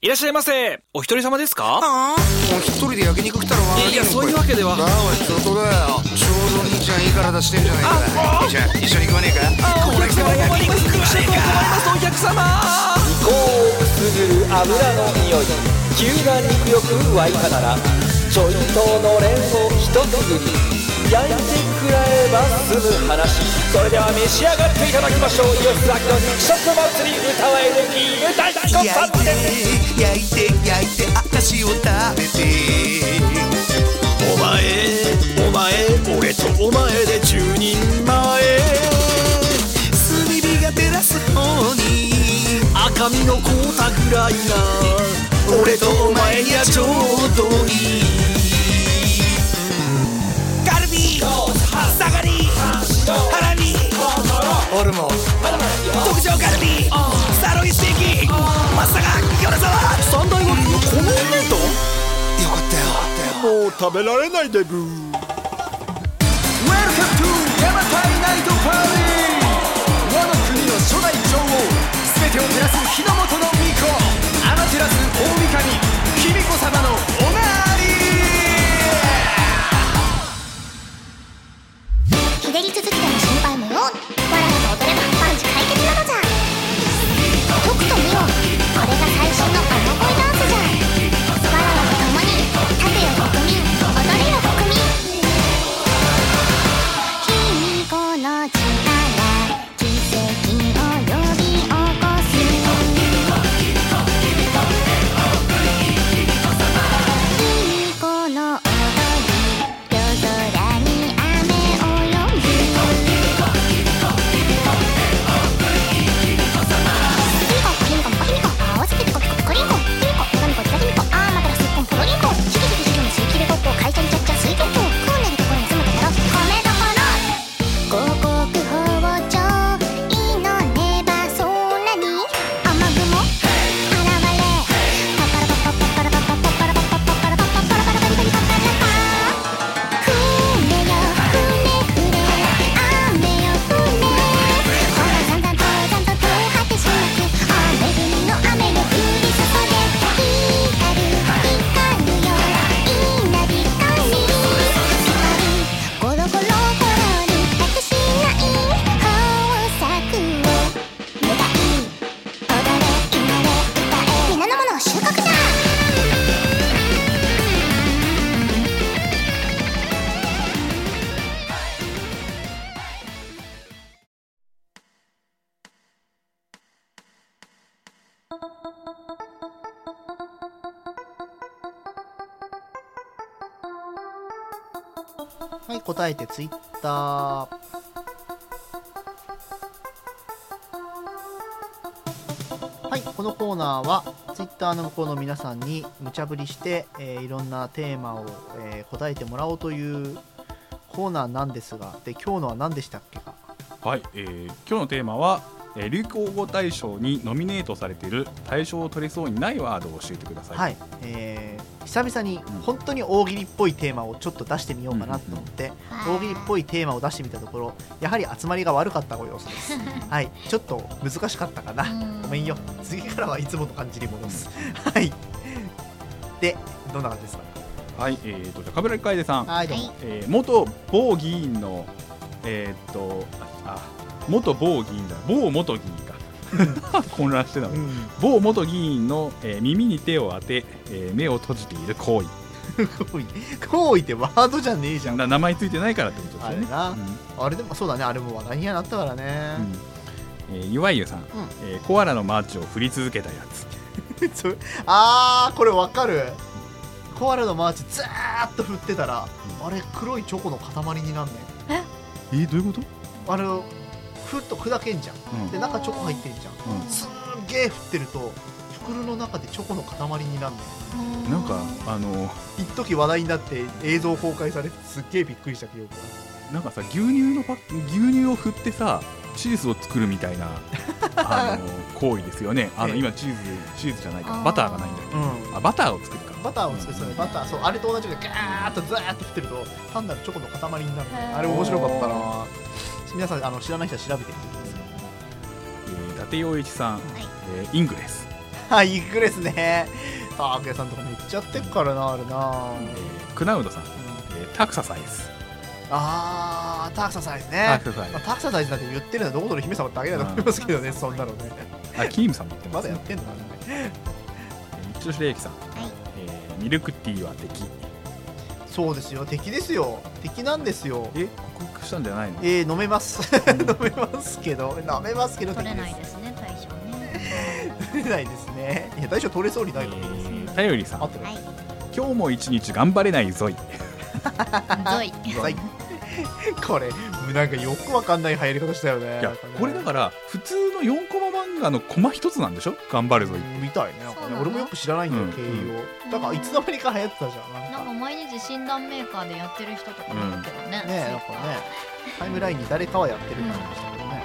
[SPEAKER 7] いらっしゃいませ。お一人様ですか
[SPEAKER 8] ああもう一人で焼肉食ったら
[SPEAKER 7] いやいや、そういうわけで
[SPEAKER 8] あ
[SPEAKER 7] は。
[SPEAKER 8] あ人とだよちょうど兄ちゃんいい体してんじゃないか
[SPEAKER 7] あ
[SPEAKER 8] じゃあ一緒に食わねえか
[SPEAKER 7] お客様、お肉食わして困ります、お客様。
[SPEAKER 9] 甲をくすぐる油の匂い急な肉欲湧いたならちょいとのれんをひとくぐり焼いてくらえば済む話それでは召し上がっていただきましょう吉崎の肉食祭り歌わえるキー大根さんです
[SPEAKER 8] 焼いて焼いて焼いて証を食べて
[SPEAKER 7] お前お前俺とお前で10人前
[SPEAKER 8] 炭火が照らす方に
[SPEAKER 7] 赤身のコータぐらいが俺とお前にはちょうどいいカルビサガリハラミ
[SPEAKER 8] ホルモン
[SPEAKER 7] 特上カルビサーロインステーキマスタガ米沢三大和牛のこのメイト
[SPEAKER 8] よかった
[SPEAKER 7] もう
[SPEAKER 8] よ
[SPEAKER 7] 食べられないでブー
[SPEAKER 9] Welcome to ヤマタイナイトパーティー我の国の初代女王全てを照らす日の元の巫女アマテラス大神卑弥呼様のおなり
[SPEAKER 4] ひねり続きでも心配無用わらわと踊れば万事解決なのじゃ解くと見ろこれが最新のあの恋ダンスじゃわらわと共に盾よ国民踊れよ国民君この力奇跡を呼び起こす君この踊り夜空に雨を呼ぶ君この踊り夜空に雨を呼ぶキリコキリコキリコキリコ合わせてリコリココリンコキリコ女の子キラキリコあーまたらすっぽんポロリンコシキシキシキのシキレコッコ会社にキャッチャー水玉こんなにところに住むかやろ米どころ五穀豊穣祈れば空に雨雲現れパパラパパパラパパパラパパパラパパパラパラパリパリパパラパふれよふれふれ雨よふれほらだんだんとだんと手果てしなく雨雲の雨が降り注いで光る光るよ稲光ゴロゴロゴロリ果てしない豊作を願い踊れ祈れ歌え皆のものを収穫だ
[SPEAKER 1] はい、答えてツイッター。はい、このコーナーはツイッターの向こうの皆さんに無茶ぶりして、えーいろんなテーマを、えー答えてもらおうというコーナーなんですが、で今日のは何でしたっけか。
[SPEAKER 3] はい、えー今日のテーマはえー流行語大賞にノミネートされている大賞を取れそうにないワードを教えてください、
[SPEAKER 1] はい、えー久々に本当に大喜利っぽいテーマをちょっと出してみようかなと思って、大喜利っぽいテーマを出してみたところやはり集まりが悪かったご様子です はいちょっと難しかったかなごめんよ次からはいつもの感じに戻すはいでどんな感じですか
[SPEAKER 3] はい、えー、とじゃあ冠城楓さん、
[SPEAKER 1] はいどうも
[SPEAKER 3] えー元某議員のえーっとあ元某議員だ某元議員か 混乱してたの、 某元議員の、えー耳に手を当て、えー目を閉じている行為
[SPEAKER 1] 行為行為ってワードじゃねえじゃん
[SPEAKER 3] な名前ついてないからってことです
[SPEAKER 1] あ
[SPEAKER 3] よ
[SPEAKER 1] れ
[SPEAKER 3] ね
[SPEAKER 1] な、あれでもそうだねあれも話題にはなったからね、
[SPEAKER 3] えー、ゆわゆさん、えーコアラのマーチを振り続けたやつ
[SPEAKER 1] そあーこれわかるコアラのマーチずーっと振ってたら、あれ黒いチョコの塊になんね
[SPEAKER 3] えー、どういうこと、
[SPEAKER 1] んあれふっと砕けんじゃん、
[SPEAKER 3] うん
[SPEAKER 1] で中チョコ入ってんじゃん、
[SPEAKER 3] うん
[SPEAKER 1] すーげー振ってると袋の中でチョコの塊になんね
[SPEAKER 3] なんかあの
[SPEAKER 1] ん一時話題になって映像公開されてすっげーびっくりした記憶が
[SPEAKER 3] なんかさ牛乳のパッ牛乳を振ってさチーズを作るみた いなあの行為ですよねあの
[SPEAKER 1] ええ
[SPEAKER 3] 今チーズチーズじゃないかバターがないんだけ
[SPEAKER 1] ある、
[SPEAKER 3] どあバターを作るか
[SPEAKER 1] バターをつけそうねバターそうあれと同じでガーッとザーッと振ってると単なるチョコの塊になるんだよあれ面白かったな皆さんあの知らない人は調べてみてください
[SPEAKER 3] えー伊達洋一さん、えーイングです
[SPEAKER 1] はい、 イングレスね。あー、明さんとかめっちゃやってっからな、あれな。
[SPEAKER 3] クナウドさん、えータクササイズ
[SPEAKER 1] あー、タクササイズ
[SPEAKER 3] タ
[SPEAKER 1] ね
[SPEAKER 3] ク。ササイズ
[SPEAKER 1] まあ、タクササイズなんて言ってるのはどこどこ姫様だけだと思いますけどね、そんなのね。
[SPEAKER 3] あキームさんもやってま
[SPEAKER 1] ますだやってんのかな。
[SPEAKER 3] 一吉礼樹さん、えーミルクティーは敵
[SPEAKER 1] そうですよ、敵ですよ。敵なんですよ。
[SPEAKER 3] え克服したんじゃないの
[SPEAKER 1] えー、飲めます。 飲めますけど、飲めますけど、
[SPEAKER 2] 取れ
[SPEAKER 1] 敵
[SPEAKER 2] ないですね大賞ね
[SPEAKER 1] す。取れないですね。いや、大将取れそうにないからですね。
[SPEAKER 3] 頼りさん
[SPEAKER 1] あってる。
[SPEAKER 3] 今日も一日頑張れないぞい
[SPEAKER 2] ゾイ
[SPEAKER 1] はい。これ、なんかよくわかんない入り方したよね。
[SPEAKER 3] いやこれだから普通の4コマ漫画のコマ一つなんでしょ頑張るぞい
[SPEAKER 1] みたいねなんか
[SPEAKER 2] そう
[SPEAKER 1] ね
[SPEAKER 2] なの
[SPEAKER 1] 俺もよく知らないんだよ、
[SPEAKER 3] うん
[SPEAKER 1] 経由をだからいつの間にか流行ってたじゃんなん
[SPEAKER 2] な
[SPEAKER 1] か
[SPEAKER 2] んか毎日診断メーカーでやってる人とかいるけどね、
[SPEAKER 1] ねえなんかねタイムラインに誰かはやってるみたいでしたけどね、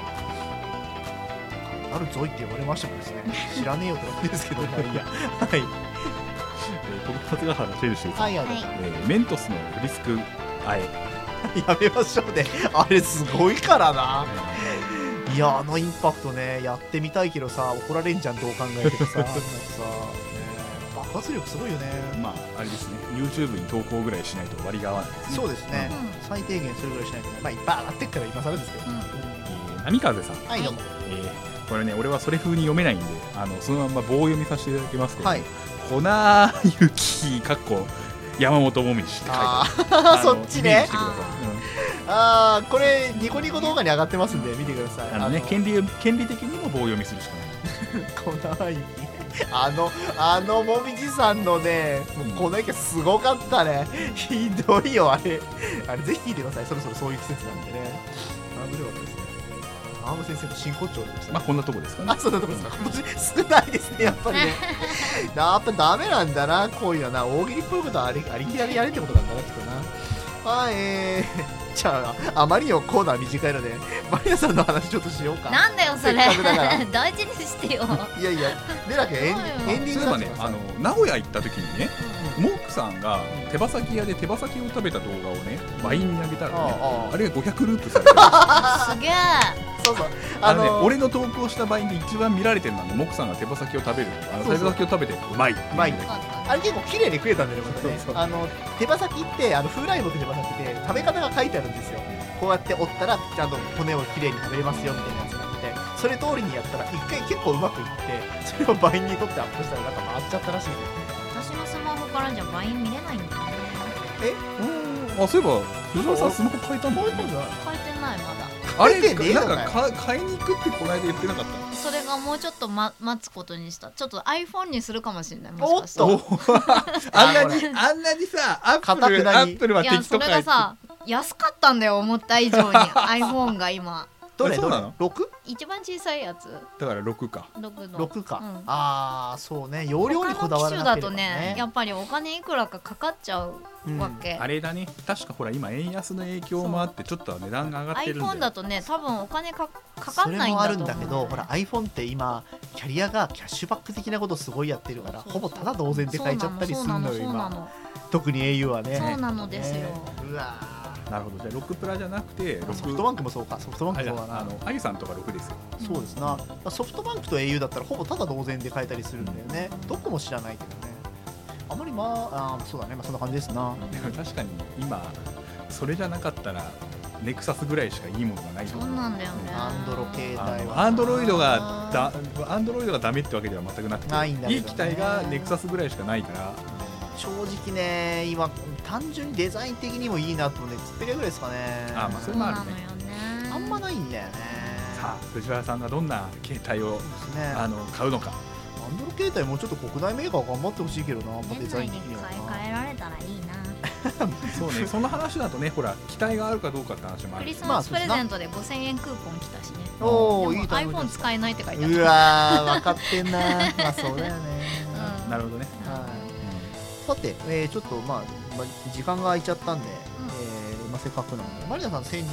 [SPEAKER 1] あるぞいって言われましてもですね知らねえよってことですけどまあいいやはい
[SPEAKER 3] 僕たちが原シェルシー
[SPEAKER 1] はいあの、
[SPEAKER 3] えーメントスのフリスクあえ
[SPEAKER 1] やめましょうねあれすごいからないやあのインパクトねやってみたいけどさ怒られんじゃんどう考えて もさなんかさ、ねえ、爆発力すごいよね、
[SPEAKER 3] まああれですね YouTube に投稿ぐらいしないと割が合わないですね
[SPEAKER 1] そうですね、最低限それぐらいしないとねまあいっぱい上がってっから今更ですけど、
[SPEAKER 3] えー波風さん、
[SPEAKER 1] はいどうも
[SPEAKER 3] えーこれね俺はそれ風に読めないんであのそのまんま棒読みさせていただきますけど、
[SPEAKER 1] はい
[SPEAKER 3] 粉雪かっこ山本もみじって書いて
[SPEAKER 1] あ
[SPEAKER 3] ある
[SPEAKER 1] ー そっち
[SPEAKER 3] イメージ
[SPEAKER 1] ね
[SPEAKER 3] してくださ
[SPEAKER 1] ああこれニコニコ動画に上がってますんで見てください
[SPEAKER 3] いうんあのね権利権利的にも棒読みするしか
[SPEAKER 1] 粉
[SPEAKER 3] ない
[SPEAKER 1] 雪あのあのもみじさんのねもう粉雪すごかったねひどいよあれあれぜひ聞いてくださいそろそろそういう季節なんでね危なかったですね青山先生の真骨頂でした
[SPEAKER 3] まあこんなとこですかね
[SPEAKER 1] あ、そうだと思いますか。今年少ないですね、やっぱり ね。やっぱダメなんだな、こういうのはな。大喜利っぽいことはありありきらりやれってことなんだな、きっとな。はい、えー、じゃあ、あまりにもコーナー短いので、マリアさんの話ちょっとしようか。
[SPEAKER 2] なんだよそれ
[SPEAKER 1] せっかくだから
[SPEAKER 2] 大事にして よ
[SPEAKER 1] いやいや、でなきゃエン
[SPEAKER 2] そうよ
[SPEAKER 1] エンディン
[SPEAKER 3] そう
[SPEAKER 1] グ
[SPEAKER 3] いえ
[SPEAKER 1] だ
[SPEAKER 3] ば
[SPEAKER 1] ってくださ
[SPEAKER 3] ねあ
[SPEAKER 1] い
[SPEAKER 3] の名古屋行った時にねモークさんが手羽先屋で手羽先を食べた動画をねワインにあげたらね
[SPEAKER 1] あああ
[SPEAKER 3] あ
[SPEAKER 1] あ
[SPEAKER 3] れが500ループされ てるあ
[SPEAKER 2] すげえ
[SPEAKER 1] そうそう。あ
[SPEAKER 3] の
[SPEAKER 1] の
[SPEAKER 3] ね俺の投稿したワインで一番見られてるのはねモークさんが手羽先を食べるあの
[SPEAKER 1] そう
[SPEAKER 3] 手
[SPEAKER 1] そう
[SPEAKER 3] 羽先を食べてうまいう
[SPEAKER 1] まいね
[SPEAKER 2] よかった
[SPEAKER 1] あれ結構綺麗に食えたんだよね、僕ね
[SPEAKER 3] そうそう
[SPEAKER 1] あの手羽先って、あの風来坊って手羽先って、食べ方が書いてあるんですよ。こうやって折ったら、ちゃんと骨をきれいに食べれますよみたいなやつがあって、それ通りにやったら、一回結構うまくいって、それを倍に取ってアップしたら、なんか回っちゃったらしいね。
[SPEAKER 2] 私のスマホからじゃ LINE 見れないんだね
[SPEAKER 3] あそういえば藤原さんスマホ変えたんだよね
[SPEAKER 2] 書いてないま
[SPEAKER 3] あ
[SPEAKER 1] 書いてねえ
[SPEAKER 3] れ
[SPEAKER 1] の
[SPEAKER 3] な
[SPEAKER 1] かよ
[SPEAKER 3] んかか買いに行くってこの間言ってなかっ
[SPEAKER 2] だそれがもうちょっと、ま、待つことにしたちょっと iPhone にするかもしれない
[SPEAKER 1] お
[SPEAKER 2] もし
[SPEAKER 1] っ
[SPEAKER 2] かしたら
[SPEAKER 1] と
[SPEAKER 3] たあんなにあんなにさアップ
[SPEAKER 1] 固く
[SPEAKER 3] ル
[SPEAKER 1] な
[SPEAKER 3] ア
[SPEAKER 1] に
[SPEAKER 3] ップルはい
[SPEAKER 2] や
[SPEAKER 3] 適
[SPEAKER 2] そ
[SPEAKER 3] 当
[SPEAKER 2] れ
[SPEAKER 3] か
[SPEAKER 2] が
[SPEAKER 3] い
[SPEAKER 2] さ安かったんだよ思った以上に iPhone が今
[SPEAKER 1] どれ
[SPEAKER 3] えそ
[SPEAKER 1] ど
[SPEAKER 3] う
[SPEAKER 1] れ
[SPEAKER 3] なの
[SPEAKER 1] ?6?
[SPEAKER 2] 一番小さいやつ
[SPEAKER 3] だから6か
[SPEAKER 2] 6の
[SPEAKER 1] 6か、
[SPEAKER 2] うん
[SPEAKER 1] ああそうね容量にこ
[SPEAKER 2] 他の
[SPEAKER 1] だわ
[SPEAKER 2] 機
[SPEAKER 1] ら
[SPEAKER 2] 種
[SPEAKER 1] な
[SPEAKER 2] だ
[SPEAKER 1] けれ
[SPEAKER 2] と
[SPEAKER 1] ば
[SPEAKER 2] ね
[SPEAKER 1] ね
[SPEAKER 2] やっぱりお金いくらかかかっちゃうわけ、
[SPEAKER 3] あれだね確かほら今円安の影響もあってちょっとは値段が上がってるんだよ
[SPEAKER 2] iPhone だとね多分お金かかか
[SPEAKER 1] そ
[SPEAKER 2] ん
[SPEAKER 1] れ
[SPEAKER 2] ないん
[SPEAKER 1] もあ
[SPEAKER 2] だ
[SPEAKER 1] る
[SPEAKER 2] と
[SPEAKER 1] んだけど
[SPEAKER 2] 思う
[SPEAKER 1] ほら iPhone って今キャリアがキャッシュバック的なことすごいやってるからほぼただ同然で買えちゃったりするのよ
[SPEAKER 2] そうな
[SPEAKER 1] 今
[SPEAKER 2] の
[SPEAKER 1] 特に au はね
[SPEAKER 2] そうなのですよ
[SPEAKER 1] ねうわー
[SPEAKER 3] なるほどじゃあ6プラじゃなくて6
[SPEAKER 1] ソフトバンクもそうかソフトバン
[SPEAKER 3] あ
[SPEAKER 1] ク
[SPEAKER 3] れ
[SPEAKER 1] そ
[SPEAKER 3] だ
[SPEAKER 1] うだ
[SPEAKER 3] あ
[SPEAKER 1] な
[SPEAKER 3] のあゆさんとか6ですよ
[SPEAKER 1] そうですなソフトバンクと au だったらほぼただ同然で買えたりするんだよねどこも知らないけどねあまりまああーそうだねまあそんな感じですな
[SPEAKER 3] でも確かに今それじゃなかったらネクサスぐらいしかいいものがないと
[SPEAKER 2] そ
[SPEAKER 3] 思
[SPEAKER 2] うなんだよね
[SPEAKER 1] アンドロ携帯
[SPEAKER 3] あ
[SPEAKER 1] は
[SPEAKER 3] のアンドロイドがだアンドロイドがダメってわけでは全くなくて
[SPEAKER 1] ないんだけどね
[SPEAKER 3] い機体がネクサスぐらいしかないから
[SPEAKER 1] 正直ね今単純にデザイン的にもいいなと思ってつってるぐらいですかね
[SPEAKER 3] あまあそ
[SPEAKER 2] そ
[SPEAKER 3] れ
[SPEAKER 2] う
[SPEAKER 3] もあ
[SPEAKER 2] な
[SPEAKER 3] る
[SPEAKER 2] のよ
[SPEAKER 3] ね
[SPEAKER 2] ね
[SPEAKER 1] あんまないんだよね
[SPEAKER 3] さあ藤原さんがどんな携帯
[SPEAKER 1] そ
[SPEAKER 3] を
[SPEAKER 1] うですね
[SPEAKER 3] あの買うのか
[SPEAKER 1] アンドロ携帯もうちょっと国内メーカー頑張ってほしいけどな、まあ、デ
[SPEAKER 2] 年
[SPEAKER 1] ザイ
[SPEAKER 2] 内
[SPEAKER 1] ン的
[SPEAKER 2] に
[SPEAKER 1] には
[SPEAKER 2] 買い
[SPEAKER 1] な
[SPEAKER 2] 替えられたらいいな
[SPEAKER 3] そ うねその話だとねほら機体があるかどうかって話もあ
[SPEAKER 2] ク
[SPEAKER 3] る
[SPEAKER 2] リ
[SPEAKER 3] し
[SPEAKER 2] スマスプレゼントで5000円クーポン来たしね
[SPEAKER 1] おお
[SPEAKER 2] で
[SPEAKER 1] い
[SPEAKER 2] も
[SPEAKER 1] いタイム
[SPEAKER 2] iPhone 使えないって書いてあった
[SPEAKER 1] うわー分かってんなまあそうだよね、
[SPEAKER 2] うん
[SPEAKER 3] なるほどね
[SPEAKER 1] はいさて、えーちょっとまあ、まあ、時間が空いちゃったんで、えーまあ、せっかくなんでマリナさん先日、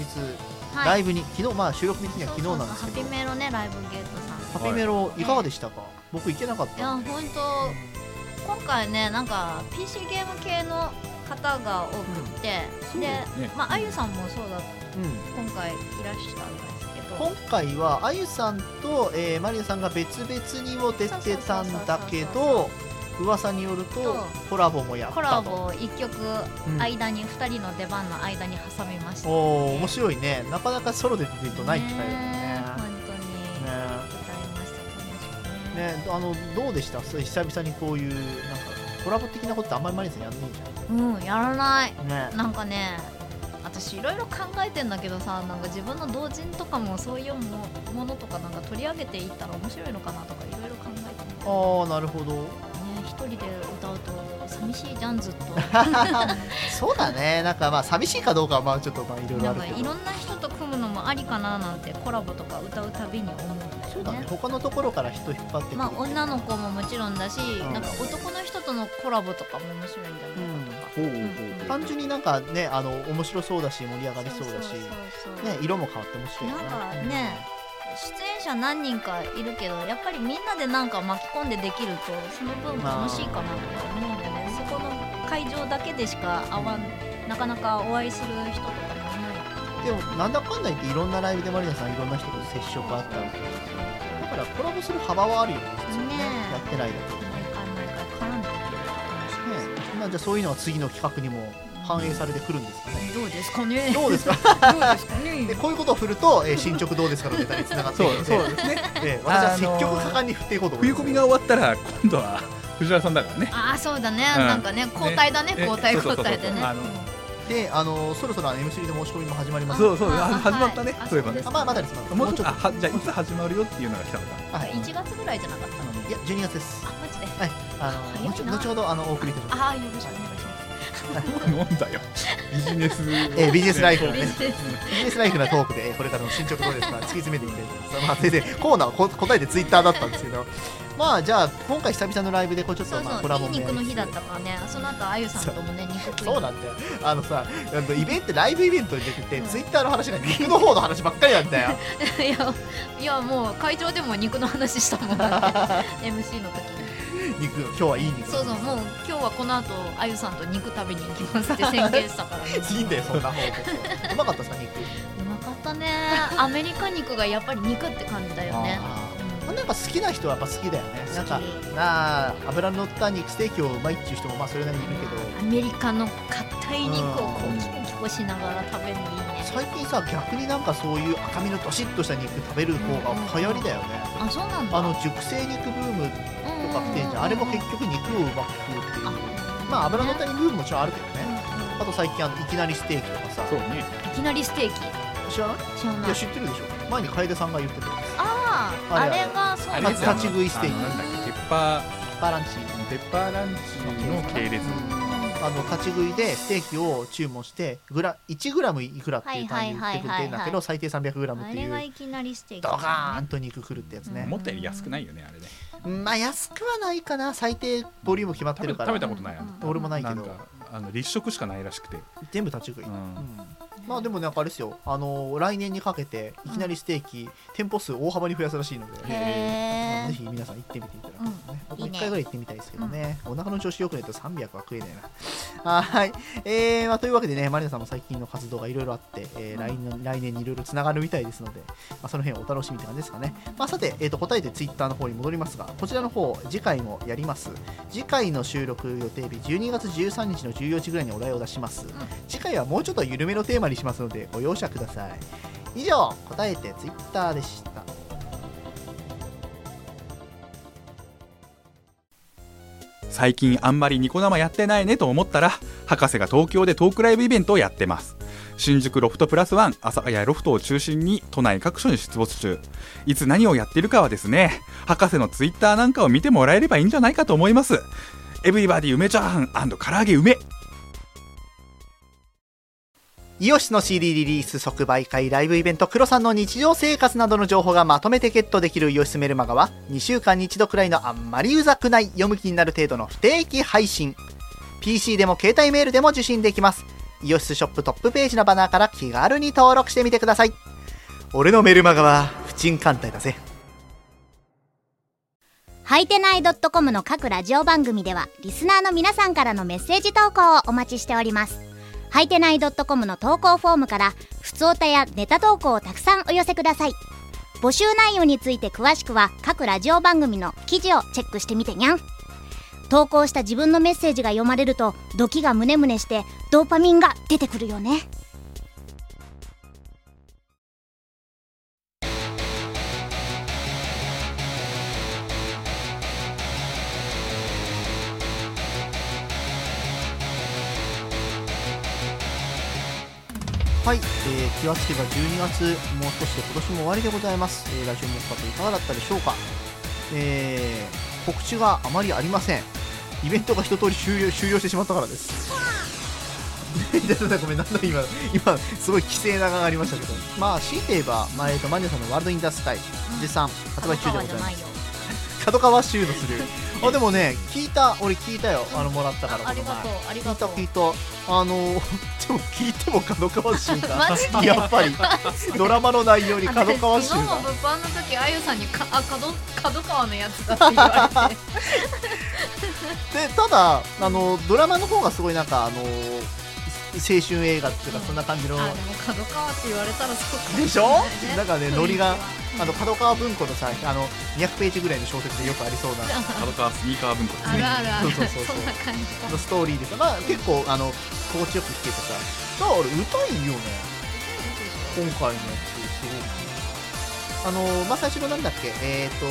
[SPEAKER 2] はい
[SPEAKER 1] ライブに昨日まあ収録的には昨日なんですけ
[SPEAKER 2] そうそうそうハ
[SPEAKER 1] ど
[SPEAKER 2] ピメロねライブゲートさ
[SPEAKER 1] ハ
[SPEAKER 2] ん
[SPEAKER 1] ピメロいかがでしたか、僕行けなかっ
[SPEAKER 2] いや
[SPEAKER 1] たん
[SPEAKER 2] 本
[SPEAKER 1] で
[SPEAKER 2] 当今回ねなんか PC ゲーム系の方が多くて、
[SPEAKER 3] そう
[SPEAKER 2] で、
[SPEAKER 3] だよね
[SPEAKER 2] まああゆさんもそうだ
[SPEAKER 1] うん
[SPEAKER 2] 今回いらしたんですけど
[SPEAKER 1] 今回はあゆさんと、えーマリナさんが別々にも出てたんだけど噂によると
[SPEAKER 2] そう
[SPEAKER 1] コラボもやっ
[SPEAKER 2] コラ
[SPEAKER 1] た
[SPEAKER 2] ボ
[SPEAKER 1] と、
[SPEAKER 2] を1曲
[SPEAKER 1] うん
[SPEAKER 2] 間に2人の出番の間に挟みました、
[SPEAKER 1] おお面白いねなかなかソロで出てるとない機会だよね
[SPEAKER 2] ね本当に
[SPEAKER 1] ね
[SPEAKER 2] 歌いました楽しくね
[SPEAKER 1] ねあのどうでしたそう久々にこういうなんかコラボ的なことってあんまりマリナさんやんないんじ
[SPEAKER 2] うんやらない
[SPEAKER 1] ゃないね
[SPEAKER 2] なんかね私いろいろ考えてんだけどさなんか自分の同人とかもそういうもものとかなんか取り上げていったら面白いのかなとかいろいろ考えてみた
[SPEAKER 1] ああなるほ ど
[SPEAKER 2] ね一人で歌うと寂しいじゃんずっと
[SPEAKER 1] そうだねなんかまあ寂しいかどうかはまあちょっとまあいろいろ
[SPEAKER 2] な
[SPEAKER 1] あ
[SPEAKER 2] ん
[SPEAKER 1] る
[SPEAKER 2] か
[SPEAKER 1] け
[SPEAKER 2] い
[SPEAKER 1] ど
[SPEAKER 2] ろんな人と組むのもありかななんてコラボとか歌うたびに思うんだよね
[SPEAKER 1] そうだね他のところから人引っ張ってくる
[SPEAKER 2] まあ女の子ももちろんだし、
[SPEAKER 1] ん
[SPEAKER 2] なんか男の人とのコラボとかも面
[SPEAKER 1] う
[SPEAKER 2] 白いんじゃない
[SPEAKER 1] ん
[SPEAKER 3] ほうほう
[SPEAKER 1] 単純になんかねあの面白そうだし盛り上がりそうだし
[SPEAKER 2] そうそうそう
[SPEAKER 1] ね色も変わって面白いよ
[SPEAKER 2] なん
[SPEAKER 1] ね
[SPEAKER 2] かね出演者何人かいるけどやっぱりみんなでなんか巻き込んでできるとその分楽しいかなとか思うんでねそこの会場だけでしか会わんなかなかお会いする人とかもいない
[SPEAKER 1] でもなんだかんだ言っていろんなライブでマリナさんいろんな人と接触あったわけですよだからコラボする幅はあるよね普通にね
[SPEAKER 2] ねえ
[SPEAKER 1] やってないだけ
[SPEAKER 2] 毎回毎回絡んで
[SPEAKER 1] でねまあじゃあそういうのは次の企画にも反映されてくるんですかね
[SPEAKER 2] どうですかね
[SPEAKER 1] どう ですか
[SPEAKER 2] どうですか
[SPEAKER 1] で
[SPEAKER 2] ね
[SPEAKER 1] こういうことを振ると、えー進捗どうですかのネタに繋がっていくので
[SPEAKER 3] そうそうです ね
[SPEAKER 1] えー私は積
[SPEAKER 3] あ
[SPEAKER 1] 極
[SPEAKER 3] のー
[SPEAKER 1] 果敢に振っていこうと思い
[SPEAKER 3] 冬
[SPEAKER 1] ます
[SPEAKER 3] コミが終わったら今度は藤原さんだから ね
[SPEAKER 2] ああそうだね、
[SPEAKER 3] うん
[SPEAKER 2] なんかね交代だね
[SPEAKER 3] ね
[SPEAKER 2] 交代
[SPEAKER 3] そうそう
[SPEAKER 2] 交
[SPEAKER 3] そ
[SPEAKER 2] 代
[SPEAKER 3] う
[SPEAKER 2] でね
[SPEAKER 3] あの
[SPEAKER 1] で、あのーそろそろあの M3 の申し込みも始まります
[SPEAKER 3] そうそう
[SPEAKER 2] あ
[SPEAKER 3] あ
[SPEAKER 2] あ
[SPEAKER 3] 始まったね
[SPEAKER 2] はい
[SPEAKER 3] そういえば
[SPEAKER 2] あ
[SPEAKER 3] ね
[SPEAKER 2] そ
[SPEAKER 1] あまあまだですまだ
[SPEAKER 3] もうちょっとあ
[SPEAKER 1] も
[SPEAKER 3] はじゃあいつ始まるよっていうのが来たのか
[SPEAKER 1] とはい
[SPEAKER 2] 1月ぐらいじゃなかったの
[SPEAKER 1] いや12月です
[SPEAKER 2] あマジで
[SPEAKER 1] あのー後
[SPEAKER 2] 早いな
[SPEAKER 1] 後ほどあのお送りいたします
[SPEAKER 2] ああよろしくお願いします
[SPEAKER 3] 飲んだよビジネス
[SPEAKER 1] えービジネスライフをね
[SPEAKER 2] ビジネス
[SPEAKER 1] ビジネスライフなトークでえーこれからの進捗どう ですか突き詰めてみたいと思います。まあ、先生コーナーはこ答えてツイッターだったんですけど、まあじゃあ今回久々のライブでこうちょっ
[SPEAKER 2] そ
[SPEAKER 1] と
[SPEAKER 2] う
[SPEAKER 1] まあ
[SPEAKER 2] そ
[SPEAKER 1] コ
[SPEAKER 2] う、
[SPEAKER 1] ラ
[SPEAKER 2] い
[SPEAKER 1] ボ
[SPEAKER 2] い
[SPEAKER 1] もやりつつ
[SPEAKER 2] 肉の日だったからね、その後あゆさんともね、肉食い。
[SPEAKER 1] そう
[SPEAKER 2] だ。
[SPEAKER 1] なんだよ。あのさ、あのイベントライブイベントに出てて、ツイッターの話が肉の方の話ばっかりなんだ よ。
[SPEAKER 2] いや、 いや、もう会場でも肉の話したも んだって。MC の時に。
[SPEAKER 1] 肉今日はいい肉。
[SPEAKER 2] そうそう、もう今日はこの後、あゆさんと肉食べに行きま すって宣言したからね。
[SPEAKER 1] いいんだよそん な方法。うまかったさ肉。
[SPEAKER 2] うまかったね。アメリカ肉がやっぱり肉って感じだよね。
[SPEAKER 1] あ
[SPEAKER 2] うん
[SPEAKER 1] ーなんか好きな人はやっぱ好きだよね。なんか
[SPEAKER 2] 好き
[SPEAKER 1] なあ油の乗った肉ステーキをうまいっていう人もまあそれなりにいるけど。
[SPEAKER 2] アメリカの硬い肉をこうキコキコしながら食べるのいいね。
[SPEAKER 1] 最近さ逆になんかそういう赤身のドシッとした肉食べる方が流行りだよね、
[SPEAKER 2] あ、そうなんだ。
[SPEAKER 1] あの熟成肉ブームと
[SPEAKER 2] うんうんうんうん、
[SPEAKER 1] か来てんじゃんあれも結局肉をうまく食うっていう
[SPEAKER 2] あ
[SPEAKER 1] まあ油のったりブームもちろんあるけど
[SPEAKER 2] うんう
[SPEAKER 1] ね
[SPEAKER 2] ん
[SPEAKER 1] あと最近あのいきなりステーキとかさ
[SPEAKER 3] そうね
[SPEAKER 2] いきなりステーキ。
[SPEAKER 1] 知らない
[SPEAKER 2] 知ら
[SPEAKER 1] い
[SPEAKER 2] ない
[SPEAKER 1] や。知ってるでしょ前に楓さんが言ってたや
[SPEAKER 2] ああ、
[SPEAKER 1] あ
[SPEAKER 2] あ
[SPEAKER 1] れ
[SPEAKER 2] れがそう
[SPEAKER 1] あ
[SPEAKER 2] な
[SPEAKER 1] れ
[SPEAKER 2] ん
[SPEAKER 1] で
[SPEAKER 2] だ。
[SPEAKER 1] すよ立ち食いステーキ
[SPEAKER 3] あのなんだっけ鉄板
[SPEAKER 1] つバランチ
[SPEAKER 3] ペッパーランチの系列
[SPEAKER 2] うん
[SPEAKER 1] あの立ち食いでステーキを注文してグラ1グラムいくらっていう単位で売ってくれてるんだけど最低3 0 0ムっ
[SPEAKER 2] あ
[SPEAKER 1] てい
[SPEAKER 2] れが
[SPEAKER 1] う
[SPEAKER 2] いきなりステーキ
[SPEAKER 1] ド
[SPEAKER 2] だからね
[SPEAKER 1] カーンと肉くるってやつね
[SPEAKER 3] 思ったより安くないよねあれね
[SPEAKER 1] まあ安くはないかな最低ボリューム決まって
[SPEAKER 3] 食べ
[SPEAKER 1] るから
[SPEAKER 3] 食べたことないあ
[SPEAKER 1] 俺もないけ
[SPEAKER 3] な
[SPEAKER 1] ど
[SPEAKER 3] んかあの立食しかないらしくて
[SPEAKER 1] 全部立ち食い、
[SPEAKER 3] うん
[SPEAKER 1] まあでもなんかあれですよあの来年にかけていきなりステーキ、店舗数大幅に増やすらしいので
[SPEAKER 2] へー
[SPEAKER 1] ぜひ皆さん行ってみていただきたいですね、
[SPEAKER 2] うん
[SPEAKER 1] 僕も
[SPEAKER 2] いいね
[SPEAKER 1] 1回ぐらい行ってみたいですけどね、お腹の調子良くないと300は食えねえな はい、えーまあ、というわけでねマリナさんも最近の活動がいろいろあって、えー来年来年にいろいろつながるみたいですので、まあ、その辺お楽しみって感じですかね、まあ、さて、えー、と答えてツイッターの方に戻りますがこちらの方次回もやります次回の収録予定日12月13日の14時ぐらいにお題を出します、次回はもうちょっと緩めのテーマにしますのでご容赦ください以上答えてツイッターでした
[SPEAKER 3] 最近あんまりニコ生やってないねと思ったら博士が東京でトークライブイベントをやってます新宿ロフトプラスワン朝やロフトを中心に都内各所に出没中いつ何をやってるかはですね博士のツイッターなんかを見てもらえればいいんじゃないかと思いますエブリバディ梅チャーハン唐揚げ梅
[SPEAKER 1] イオシスの CD リリース即売会ライブイベントクロさんの日常生活などの情報がまとめてゲットできるイオシスメルマガは2週間に1度くらいのあんまりうざくない読む気になる程度の不定期配信 PC でも携帯メールでも受信できますイオシスショップトップページのバナーから気軽に登録してみてください俺のメルマガは不沈艦隊だぜ
[SPEAKER 10] はいてない .com の各ラジオ番組ではリスナーの皆さんからのメッセージ投稿をお待ちしておりますはいてない .com の投稿フォームから普通歌やネタ投稿をたくさんお寄せください募集内容について詳しくは各ラジオ番組の記事をチェックしてみてにゃん投稿した自分のメッセージが読まれるとドキがムネムネしてドーパミンが出てくるよね
[SPEAKER 1] はい、えー、気がつけば12月もう少しで今年も終わりでございます、えー、ラジオ目標いかがだったでしょうか、えー、告知があまりありませんイベントが一通り終了終了してしまったからです 痛い痛い痛いごめんなんだ今今すごい規制がありましたけどまあ強いて言えば、まあえー、とマニアさんのワールドインダースカイ絶賛発売中でございます角川収録するあでもね聞いた俺聞いたよあのもらったから
[SPEAKER 2] あありがとうありがとう
[SPEAKER 1] 聞いたあの でも聞いても角川集
[SPEAKER 2] マジ
[SPEAKER 1] が
[SPEAKER 2] で
[SPEAKER 1] やっぱりドラマの内容に角川集
[SPEAKER 2] 昨日も
[SPEAKER 1] が
[SPEAKER 2] 物販の時あゆさんにかあ角角川のやつだって言われて
[SPEAKER 1] でただあのドラマの方がすごいなんかあの青春映画っていうかそんな感じの
[SPEAKER 2] あでも角川って言われたらそうかも
[SPEAKER 1] でしょ
[SPEAKER 2] ね
[SPEAKER 1] なんかねノリが
[SPEAKER 2] うん
[SPEAKER 1] あの角川文庫のさあの200ページぐらいの小説でよくありそうな
[SPEAKER 3] 角川スニーカー文庫です
[SPEAKER 2] ある
[SPEAKER 3] ね
[SPEAKER 2] あるあ
[SPEAKER 1] そ
[SPEAKER 2] る
[SPEAKER 1] うそうそうそう
[SPEAKER 2] そんな感じ
[SPEAKER 1] のストーリーですまあ結構あの心地よく聴けてさだから俺歌いよね今回のやつすごいあのまあ最初のなんだっけえっ、ー、と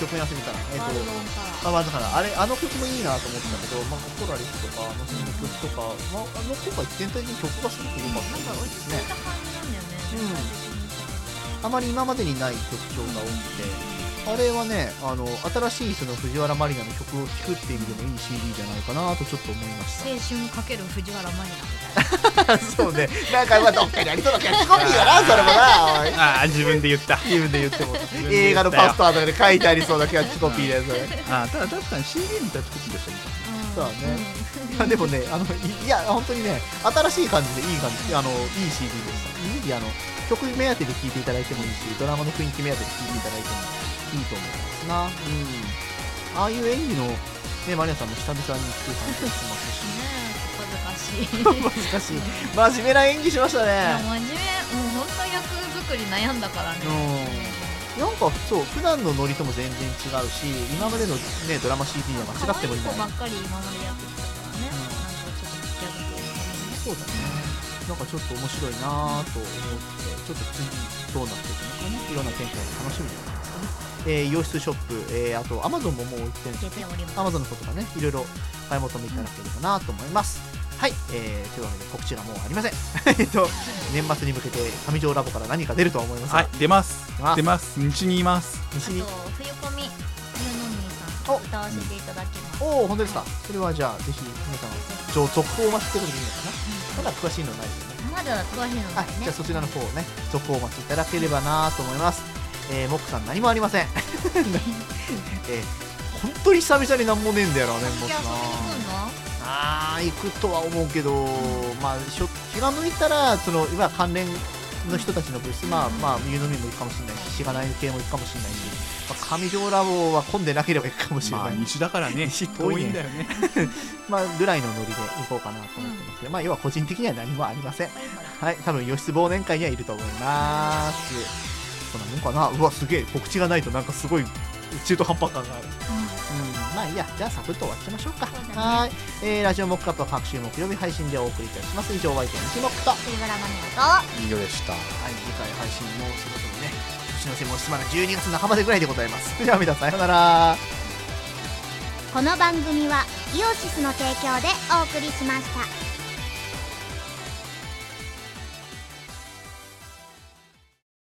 [SPEAKER 1] 曲に忘れたらえっ、
[SPEAKER 2] ワールド
[SPEAKER 1] と
[SPEAKER 2] オンから
[SPEAKER 1] あまずからあれあの曲もいいなと思ってたけど、まあ、コラリスとかあの辺の曲とか、まあ、あの今回全体的に曲がすごく良かった
[SPEAKER 2] なんか落ち着いた感じなんだよね
[SPEAKER 1] うんあまり今までにない曲調が多くて、あれはね、あの新しいその藤原マリナの曲を聴くっていう意味でもいい CD じゃないかなとちょっと思いまし
[SPEAKER 2] 青春かける藤原マリナみたい
[SPEAKER 1] た。
[SPEAKER 2] な
[SPEAKER 1] そうね、なんかまあどっかにありそうな気がするよな、それもな、おい
[SPEAKER 3] ああ自分で言った
[SPEAKER 1] 自分で言っても
[SPEAKER 3] 分で言ったよ
[SPEAKER 1] 映画のパスターとかで書いてありそうなキャッチコピーでそれ。
[SPEAKER 3] あーただ確かに CD みたいな作ってた人い
[SPEAKER 1] そうだね。いやでもね、あのいいや本当にね、新しい感じでいい感じ、あのいい CD です。いいあの曲目当てで聴いていただいてもいいし、ドラマの雰囲気目当てで聴いていただいてもいいと思いますな。うん。ああいう演技のねマリアさんも久々に聴く感じがしま
[SPEAKER 2] ねえ小恥ずかし
[SPEAKER 1] すし、
[SPEAKER 2] い
[SPEAKER 1] しかし真面目な演技しました
[SPEAKER 2] いや真
[SPEAKER 1] ね。
[SPEAKER 2] 面目もう本当役作り悩んだからね
[SPEAKER 1] うん。なんかそう普段のノリとも全然違うし、今までのねドラマ CD は間違ってもいな
[SPEAKER 2] 可
[SPEAKER 1] い
[SPEAKER 2] 愛い子ばっ。かり今までやってきたからね、なんかちょ
[SPEAKER 1] そう
[SPEAKER 2] っとギャグっぽい感じ
[SPEAKER 1] だね。なんかちょっと面白いなぁと思って、ちょっと次どうなっていくのかね、いろんな展開が楽しみでございますかね。えー、洋室ショップ、えー、あと Amazon ももう売ってるんです
[SPEAKER 2] 出ております
[SPEAKER 1] アマゾンのことかね、いろいろ買い求めいただければなと思います。はい、えー、というわけで告知がもうありません。 えっと、年末に向けて上条ラボから何か出るとは思いますが、
[SPEAKER 3] はい出ます
[SPEAKER 1] 出ます
[SPEAKER 3] 出ますうちにいます
[SPEAKER 1] 西に
[SPEAKER 2] あと冬コミユノミさん歌わせていただきます
[SPEAKER 1] おお本当ですかそれはじゃあぜひ皆さん情続報を待ちってことでいいのかなまだ詳しいのないですね
[SPEAKER 2] まだ詳しいの
[SPEAKER 1] は
[SPEAKER 2] ないい
[SPEAKER 1] じゃあ
[SPEAKER 2] ね
[SPEAKER 1] そちらの方をね続報をお待ちいただければなと思いますえー、モックさん何もありませんえー、本当に久々に何もねえんだよなねモッ
[SPEAKER 2] じゃあ
[SPEAKER 1] ク
[SPEAKER 2] 遊
[SPEAKER 1] さ
[SPEAKER 2] び
[SPEAKER 1] ん
[SPEAKER 2] に行くの
[SPEAKER 1] あー行くとは思うけど、まあ、しょ気が向いたらその今関連の人たちのブース、まあまあ、湯飲みも行くかもしれないし、しがない系も行くかもしれないし、まあ、上条ラボは混んでなければ行くかもしれ
[SPEAKER 3] ま
[SPEAKER 1] な
[SPEAKER 3] あ
[SPEAKER 1] い、
[SPEAKER 3] 西だから
[SPEAKER 1] 遠い
[SPEAKER 3] ね
[SPEAKER 1] ね
[SPEAKER 3] 遠いんだよね
[SPEAKER 1] まあ、ぐらいのノリで行こうかなと思ってますけど、まあ、要は個人的には何もありません。はい、多分、義出忘年会にはいると思います。そんなもんかなうわ、すげえ、告知がないとなんかすごい中途半端感がある。うん、まあいいや、じゃあサクッと終わっちゃいましょうか。
[SPEAKER 2] うだね
[SPEAKER 1] はーい、えーラジオモックアップは各週木曜日配信でお送りいたします。以上、ワイテン西モックと、はい、
[SPEAKER 2] シーガラマニアと
[SPEAKER 3] いいよでした
[SPEAKER 1] 次回配信もそろそろね、年の瀬もしまだ12月半ばでぐらいでございます。 では皆さん、さようなら。
[SPEAKER 10] この番組はイオシスの提供でお送りしました